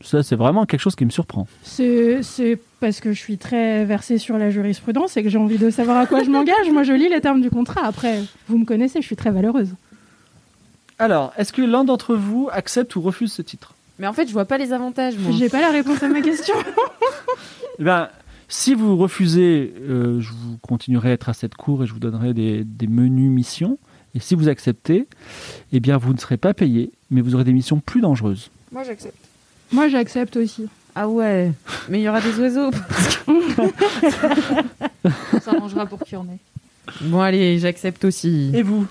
Ça, c'est vraiment quelque chose qui me surprend.
C'est c'est parce que je suis très versée sur la jurisprudence et que j'ai envie de savoir à quoi je m'engage. Moi, je lis les termes du contrat. Après, vous me connaissez, je suis très valeureuse.
Alors, est-ce que l'un d'entre vous accepte ou refuse ce titre
Mais en fait, je vois pas les avantages, moi.
J'ai pas la réponse à ma question.
Eh ben, si vous refusez, euh, je vous continuerai à être à cette cour et je vous donnerai des, des menus missions. Et si vous acceptez, eh bien, vous ne serez pas payé, mais vous aurez des missions plus dangereuses.
Moi j'accepte.
Moi, j'accepte aussi.
Ah ouais, mais il y aura des oiseaux.
Ça arrangera pour qui on est.
Bon, allez, j'accepte aussi.
Et vous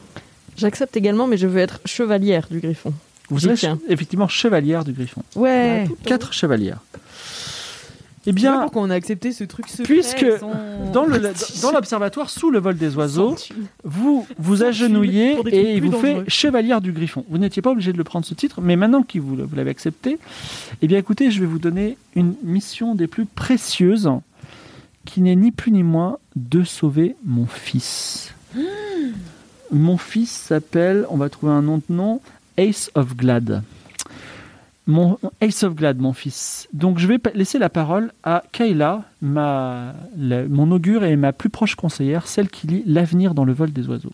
J'accepte également, mais je veux être chevalière du Griffon.
Vous
J'y
serez
tiens.
che- effectivement chevalière du Griffon.
Ouais.
Quatre chevalières. Eh
Je sais pas
bien,
pourquoi on a accepté ce truc secret.
puisque
sans-
dans le- dans l'observatoire, sous le vol des oiseaux, vous vous agenouillez
pour des trucs
et il
plus
vous fait
dangereux.
chevalière du griffon. Vous n'étiez pas obligé de le prendre ce titre, mais maintenant que vous, vous l'avez accepté, eh bien écoutez, je vais vous donner une mission des plus précieuses, qui n'est ni plus ni moins de sauver mon fils.
Ah.
Mon fils s'appelle, on va trouver un nom de nom, Ace of Glad. Mon, Ace of Glad, mon fils. Donc je vais pa- laisser la parole à Kayla, ma, la- mon augure et ma plus proche conseillère, celle qui lit l'avenir dans le vol des oiseaux.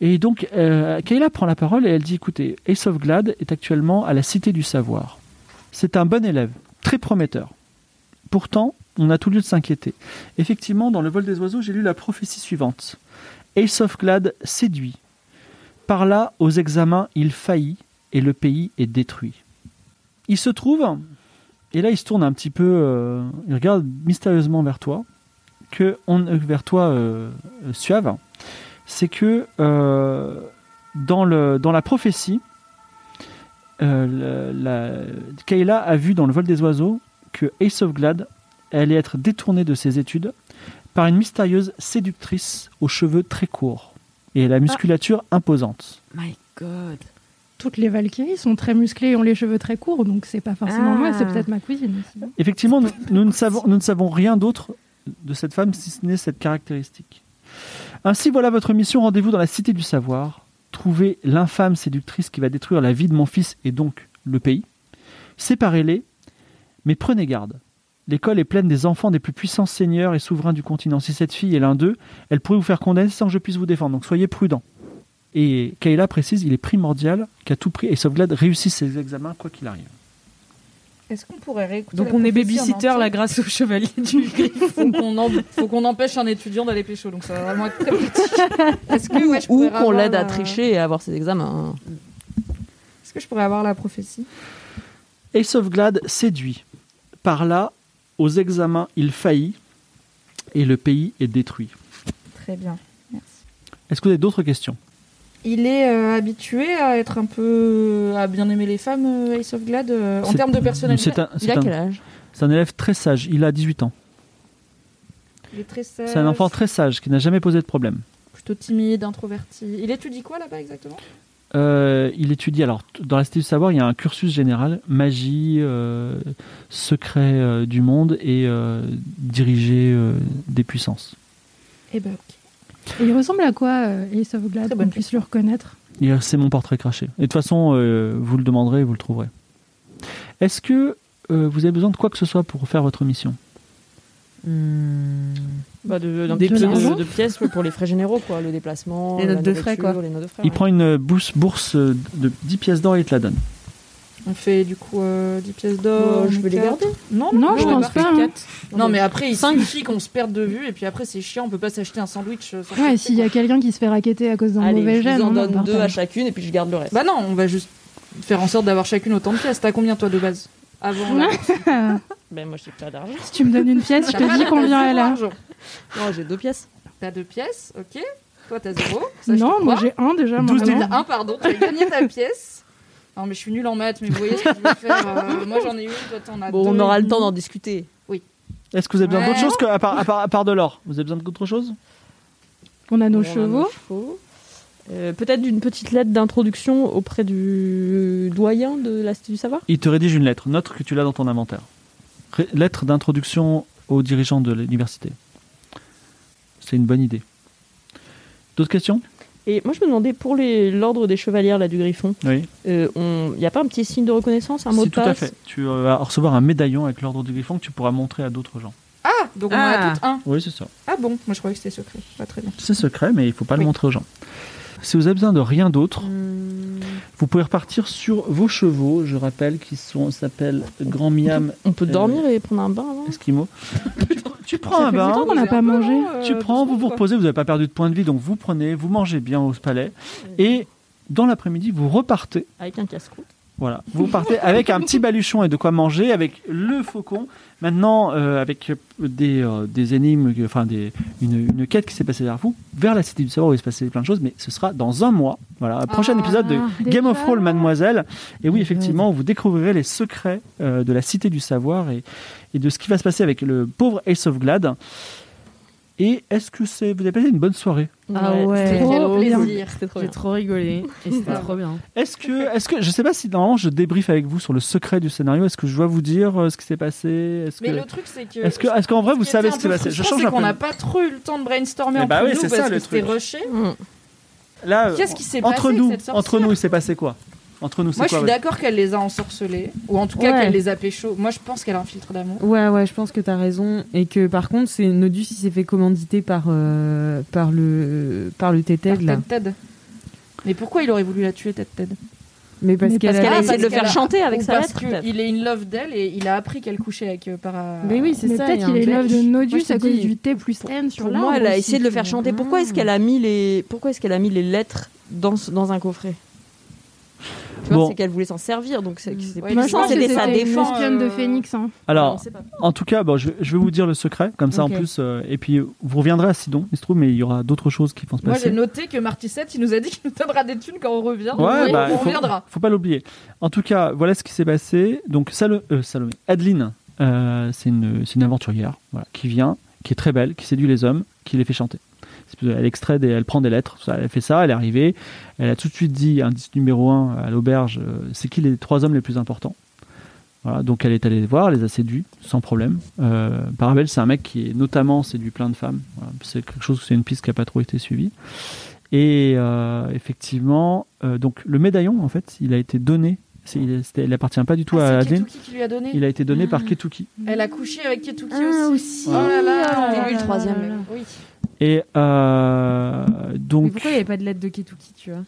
Et donc euh, Kayla prend la parole et elle dit, écoutez, Ace of Glad est actuellement à la Cité du Savoir. C'est un bon élève, très prometteur. Pourtant, on a tout lieu de s'inquiéter. Effectivement, dans le vol des oiseaux, j'ai lu la prophétie suivante. Ace of Glad séduit. Par là, aux examens, il faillit et le pays est détruit. Il se trouve, et là il se tourne un petit peu, euh, il regarde mystérieusement vers toi, que on, euh, vers toi, euh, euh, Suave, c'est que euh, dans, le, dans la prophétie, euh, la, la- Kayla a vu dans le vol des oiseaux que Ace of Glad allait être détournée de ses études par une mystérieuse séductrice aux cheveux très courts et à la musculature imposante.
My God.
Toutes les Valkyries sont très musclées et ont les cheveux très courts, donc c'est pas forcément
Ah.
moi, c'est peut-être ma cousine. aussi.
Effectivement, nous, nous ne savons, nous ne savons rien d'autre de cette femme si ce n'est cette caractéristique. Ainsi, voilà votre mission. Rendez-vous dans la Cité du Savoir Trouvez l'infâme séductrice qui va détruire la vie de mon fils et donc le pays. Séparez-les, mais prenez garde. L'école est pleine des enfants des plus puissants seigneurs et souverains du continent. Si cette fille est l'un d'eux, elle pourrait vous faire condamner sans que je puisse vous défendre. Donc soyez prudents. Et Kayla précise, il est primordial qu'à tout prix, et Sauveglade réussisse ses examens quoi qu'il arrive.
Est-ce qu'on pourrait réécouter
Donc
la
on est
prophétie en
babysitter
entier
là grâce au chevalier du griffon.
faut qu'on en- faut qu'on empêche un étudiant d'aller pécho, donc ça va vraiment être très pratique. Est-ce que, ouais, je
Ou
pourrais
qu'on
avoir
l'aide à
la-
tricher et à avoir ses examens.
Est-ce que je pourrais avoir la prophétie
Et Sauveglade séduit. Par là, aux examens, il faillit et le pays est détruit.
Très bien.
Est-ce que vous avez d'autres questions
Il est euh, habitué à être un peu. à bien aimer les femmes, euh, Ace of Glad, euh, en
C'est-
termes de personnalité.
c'est un- c'est un- C'est un élève très sage, il a 18 ans.
Il est très sage,
C'est un enfant très sage qui n'a jamais posé de problème.
plutôt timide, introverti. Il étudie quoi là-bas exactement
Euh, il étudie, alors t- dans la Cité du Savoir, il y a un cursus général, magie, euh, secret euh, du monde et euh, diriger euh, des puissances.
Eh ben, ok.
Et il ressemble à quoi, euh, Ace of Glad, qu'on puisse le reconnaître
Et C'est mon portrait craché. Et de toute façon, euh, vous le demanderez et vous le trouverez. Est-ce que euh, vous avez besoin de quoi que ce soit pour faire votre mission
Bah de,
Des
des pièces,
pièces.
de, de pièces ouais, pour les frais généraux, quoi. Le déplacement,
Les
la
notes de frais,
nourriture,
quoi.
Les notes de frais,
Il
ouais.
prend une bourse, bourse euh, de 10 pièces d'or et il te la donne.
On fait du coup euh, 10 pièces d'or.
Euh, je peux les
quatre.
garder
Non,
Non, je
on
pense
va faire
pas, hein.
quatre. Non, mais après, il
Cinq.
suffit qu'on se perde de vue et puis après, c'est chiant, on peut pas s'acheter un sandwich. euh, sans
Ouais,
chauffer,
s'il y a
quoi.
quelqu'un qui se fait raqueter à cause d'un
Allez,
mauvais
je
hein. gène.
vous en
on en
donne
parle
deux
pas.
à chacune et puis je garde le reste.
Bah non, on va juste faire en sorte d'avoir chacune autant de pièces. T'as combien toi de base Avant la course.
Ben moi, j'ai pas d'argent.
Si tu me donnes une pièce, je
T'as
te dis
pas-
combien
t'as
elle
zéro
a.
argent.
Non, j'ai deux pièces.
T'as deux pièces, ok. Toi, t'as zéro. Ça, je
Non,
te
moi
crois.
j'ai un déjà. moi,
Douze,
vraiment.
t'as un, pardon. Tu as gagné ta pièce. Non, mais je suis nulle en maths, mais vous voyez ce que je veux faire. euh, moi, j'en ai une, toi, t'en as
Bon,
deux.
on aura le temps d'en discuter.
Est-ce que vous avez besoin
Ouais.
d'autre chose que, à, part, à, part, à part de l'or Vous avez besoin d'autre chose
On a nos
On a nos
chevaux.
chevaux. Euh, Peut-être d'une petite lettre d'introduction auprès du doyen de la Cité du Savoir
Il te rédige une lettre, note que tu l'as dans ton inventaire. Ré- lettre d'introduction aux dirigeants de l'université. C'est une bonne idée. D'autres questions
Et moi, je me demandais, pour les- l'ordre des chevalières là, du Griffon,
Oui.
il n'y a pas un petit signe de reconnaissance, un mot
si,
de
tout à
passe
fait. Tu euh, vas recevoir un médaillon avec l'ordre du griffon que tu pourras montrer à d'autres gens.
Ah, donc on en a
Ah.
toutes un.
Oui, c'est ça.
Ah bon, moi je croyais que c'était secret. Pas très bien.
C'est secret, mais il faut pas le montrer aux gens. Si vous avez besoin de rien d'autre,
Hmm.
vous pouvez repartir sur vos chevaux. Je rappelle qu'ils sont s'appellent Grand Miam.
On peut
euh,
dormir et prendre un bain avant
Esquimau. tu, tu prends
Ça
un
fait
bain.
longtemps qu'on n'a pas euh, mangé.
euh,
Tu prends, vous vous reposez, vous n'avez pas perdu de point de vie, donc vous prenez, vous mangez bien au palais, et dans l'après-midi, vous repartez.
Avec un casse-croûte.
Voilà, vous partez avec un petit baluchon et de quoi manger, avec le faucon. Maintenant, euh, avec des, euh, des énigmes, que- enfin des, une, une quête qui s'est passée vers vous, vers la cité du savoir où il se passait plein de choses, mais ce sera dans un mois. Voilà, prochain épisode de Game of Thrones, mademoiselle. Et oui, effectivement, vous découvrirez les secrets euh, de la cité du savoir et, et de ce qui va se passer avec le pauvre Ace of Glad. Et est-ce que c'est, vous avez passé une bonne soirée
Ah ouais.
Quel
Trop bien.
plaisir.
C'était trop
J'ai
bien.
trop rigolé et c'était
Ah.
trop bien.
Est-ce que, est-ce que, je sais pas si normalement je débriefe avec vous sur le secret du scénario. Est-ce que je dois vous dire euh, ce qui s'est passé Est-ce
Mais
que,
le truc, c'est que.
est-ce que, est-ce qu'en vrai vous
Ce qui
savez
était un
ce qui s'est
peu
passé Je
frustrant,
change
c'est
un
qu'on n'a
peu.
pas trop eu le temps de brainstormer
Eh
entre
bah oui,
nous
c'est
parce
ça,
que
le
c'était
truc.
rushé.
Mmh.
Là, euh,
Qu'est-ce qui s'est
entre
passé
nous,
avec cette
entre
sorcière
nous, il s'est passé quoi Entre nous, c'est
Moi, je
quoi
suis
votre-
d'accord qu'elle les a ensorcelés, ou en tout cas
Ouais.
qu'elle les a pécho. Moi, je pense qu'elle a un filtre d'amour.
Ouais, ouais, je pense que t'as raison. Et que par contre, c'est Nodus, il s'est fait commanditer par, euh, par le, par le
Par
Tétègle. là.
Ted Ted. Mais pourquoi il aurait voulu la tuer, Ted Ted
Mais parce
Mais
qu'elle
Parce
a-
qu'elle a
parce
essayé de le faire
qu'elle a-
chanter avec
Ou
sa
parce
lettre. peut-être.
qu'il est in love d'elle et il a appris qu'elle couchait avec euh, Para.
Mais oui, c'est
Mais
ça. il y
peut-être
a
qu'il
un
est
truc.
l'œuvre de
Moi,
Nodus
je te
à cause
dis,
du T plus N sur
Pour
l'arbre.
moi, elle a
aussi,
essayé de le faire
tu
chanter.
vois.
Pourquoi est-ce qu'elle a mis les, pourquoi est-ce qu'elle a mis les lettres dans, ce- dans un coffret Tu vois,
Bon.
c'est qu'elle voulait s'en servir, donc c'est c'est
Ouais,
Moi,
puissant,
je pense que
c'était
c'était
sa
une
défense.
espionne de
euh,
Phoenix. hein.
Alors,
On sait pas.
en tout cas, bon, je, je vais vous dire le secret, comme ça
Ok.
en plus, euh, et puis vous reviendrez à Sidon, il se trouve, mais il y aura d'autres choses qui vont se
Moi,
passer.
j'ai noté que Martissette, il nous a dit qu'il nous donnera des thunes quand on revient.
Ouais,
Oui,
bah,
on
faut,
reviendra.
faut pas l'oublier. En tout cas, voilà ce qui s'est passé. Donc, Salo- euh, Salomé, Adeline, euh, c'est une, c'est une aventurière voilà, qui vient, qui est très belle, qui séduit les hommes, qui les fait chanter. C'est plutôt- Elle extrait des, elle prend des lettres, ça, elle a fait ça, elle est arrivée, elle a tout de suite dit, indice numéro un à l'auberge, euh, c'est qui les trois hommes les plus importants voilà, donc elle est allée les voir, elle les a séduits sans problème. Euh, Parabel, c'est un mec qui est notamment séduit plein de femmes. Voilà, c'est quelque chose, c'est une piste qui n'a pas trop été suivie. Et euh, effectivement, euh, donc le médaillon, en fait, il a été donné. C'est- il est- c'était- il appartient pas du tout à
Ah, c'est
Adeline.
Ketuki Ah. qui lui a donné.
Il a été donné par Ketuki.
Elle a couché avec Ketuki
Ah,
aussi.
aussi.
Oh là là,
Ah,
on
là
vu
là là
Oui.
Et euh,
Mais
donc,
pourquoi il n'y avait pas de lettre de Ketuki, tu vois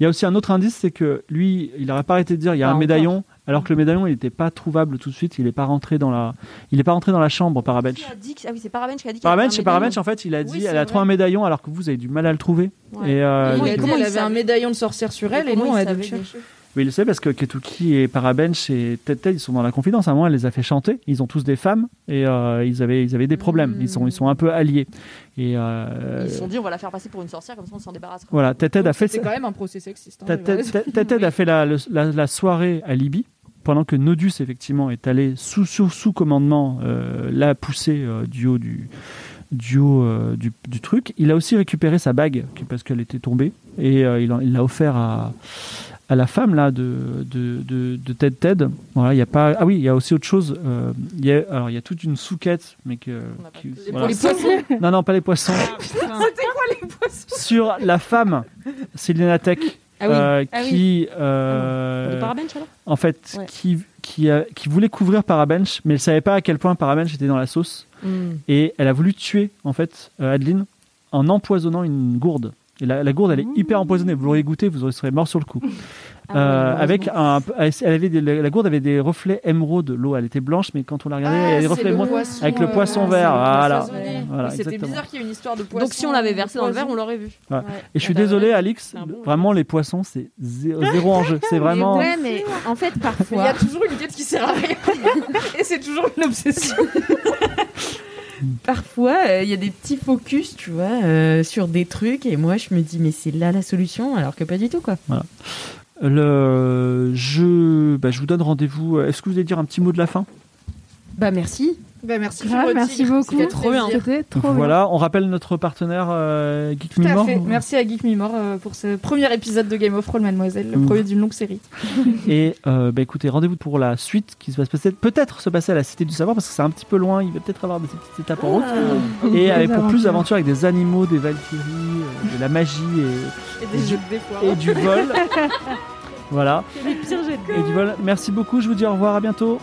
il y a aussi un autre indice, c'est que lui, il n'aurait pas arrêté de dire il y a un médaillon, alors
Mm-hmm.
que le médaillon, il n'était pas trouvable tout de suite. Il n'est pas rentré dans la, il est pas rentré dans la chambre par Abench.
Qui a dit que- Ah oui, c'est Parabench qui a dit qu'il y avait
Parabench,
un
c'est
médaillon.
Parabench, en fait, il a dit
Oui,
elle
c'est
a trouvé un
vrai.
médaillon alors que vous avez du mal à le trouver. Et, euh,
il a
donc-
dit elle avait un médaillon de sorcière sur elle et nous on a
savait
dit
Oui, il le sait parce que Ketuki et Parabench et Ted Ted, ils sont dans la confidence. À un moment, elle les a fait chanter. Ils ont tous des femmes et euh, ils, avaient, ils avaient des problèmes. Ils, sont, ils sont un peu alliés. Et, euh,
Ils se sont dit, on va la faire passer pour une sorcière, comme ça on s'en débarrasse.
Voilà, Ted Ted a fait
C'est
ça.
quand même un procès sexiste. hein,
Ted-
il
Ted-
reste-
Ted- Ted Ted a fait la, le- la- la soirée à Libye pendant que Nodus effectivement est allé sous, sous, sous commandement euh, la poussée euh, du haut du du, haut, euh, du du truc. Il a aussi récupéré sa bague que- parce qu'elle était tombée et euh, il en- il l'a offert à à la femme là de de, de, de Ted Ted. Voilà, il y a pas ah oui, il y a aussi autre chose. euh, il y a, alors il y a toute une souquette mais que qui- voilà.
les poissons. Ah,
Non non pas les poissons.
C'était quoi les poissons
Sur la femme, Céline Tech,
Ah oui.
euh,
Ah oui. Ah
qui euh,
De Parabench, alors
en fait,
Ouais.
qui, qui, a- qui voulait couvrir Parabench, mais elle savait pas à quel point Parabench était dans la sauce.
Mm.
Hmm.
Et elle a voulu tuer, en fait, euh, Adeline en empoisonnant une gourde. Et la, la gourde, elle est hyper empoisonnée. Vous l'auriez goûté, vous serez mort sur le coup.
Ah
Euh, avec un, elle avait des- la gourde avait des reflets émeraude. L'eau, elle était blanche, mais quand on la regardait,
Ah,
il y avait des
c'est
reflets
le
émeraude
poisson,
avec le
euh,
poisson
c'est
vert.
le
Voilà.
poissonné.
Voilà,
Mais C'était
exactement.
bizarre qu'il y ait une histoire de poisson.
Donc si on l'avait versé dans le verre, on l'aurait vu.
Voilà. Et
Ah
Ah
bah
je suis
bah
désolé, Alix, vraiment les poissons, c'est zé- zéro enjeu. C'est vraiment.
Ouais, mais en fait,
Mais il y
parfois.
a toujours une quête qui sert à rien. Et c'est toujours une obsession.
parfois, euh, il y a des petits focus, tu vois, euh, sur des trucs. Et moi, je me dis, mais c'est là la solution, alors que pas du tout, quoi.
Voilà. Le je, bah, je vous donne rendez-vous. Est-ce que vous voulez dire un petit mot de la fin
Bah, merci.
Bah, merci,
Grave,
Fibre
merci
Tigre.
beaucoup.
C'était trop bien.
C'était trop bien.
Voilà, on rappelle notre partenaire euh, Geek
Tout à
Mimor.
fait. Merci à Geek Mimor euh, pour ce premier épisode de Game of Thrones, mademoiselle. Le
Mm.
premier d'une longue série.
Et euh, bah, écoutez, rendez-vous pour la suite qui se va se passer, peut-être se passer à la Cité du Savoir parce que c'est un petit peu loin. Il va peut-être avoir des petites étapes en route.
Ah,
Et avec, pour plus d'aventures avec des animaux, des valkyries, euh, de la magie et,
Et des
et
jeux
du,
de dés, quoi.
et du vol. voilà.
Les pires jets de
Et du vol. Merci beaucoup. Je vous dis au revoir. À bientôt.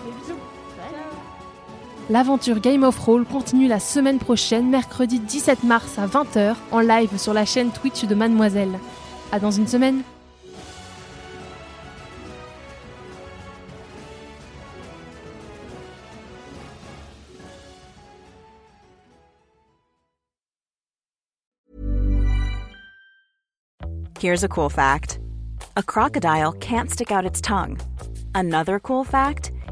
L'aventure Game of Roll continue la semaine prochaine, mercredi 17 mars à 20h, en live sur la chaîne Twitch de Mademoiselle. À dans une semaine
Here's a cool fact a crocodile can't stick out its tongue. Another cool fact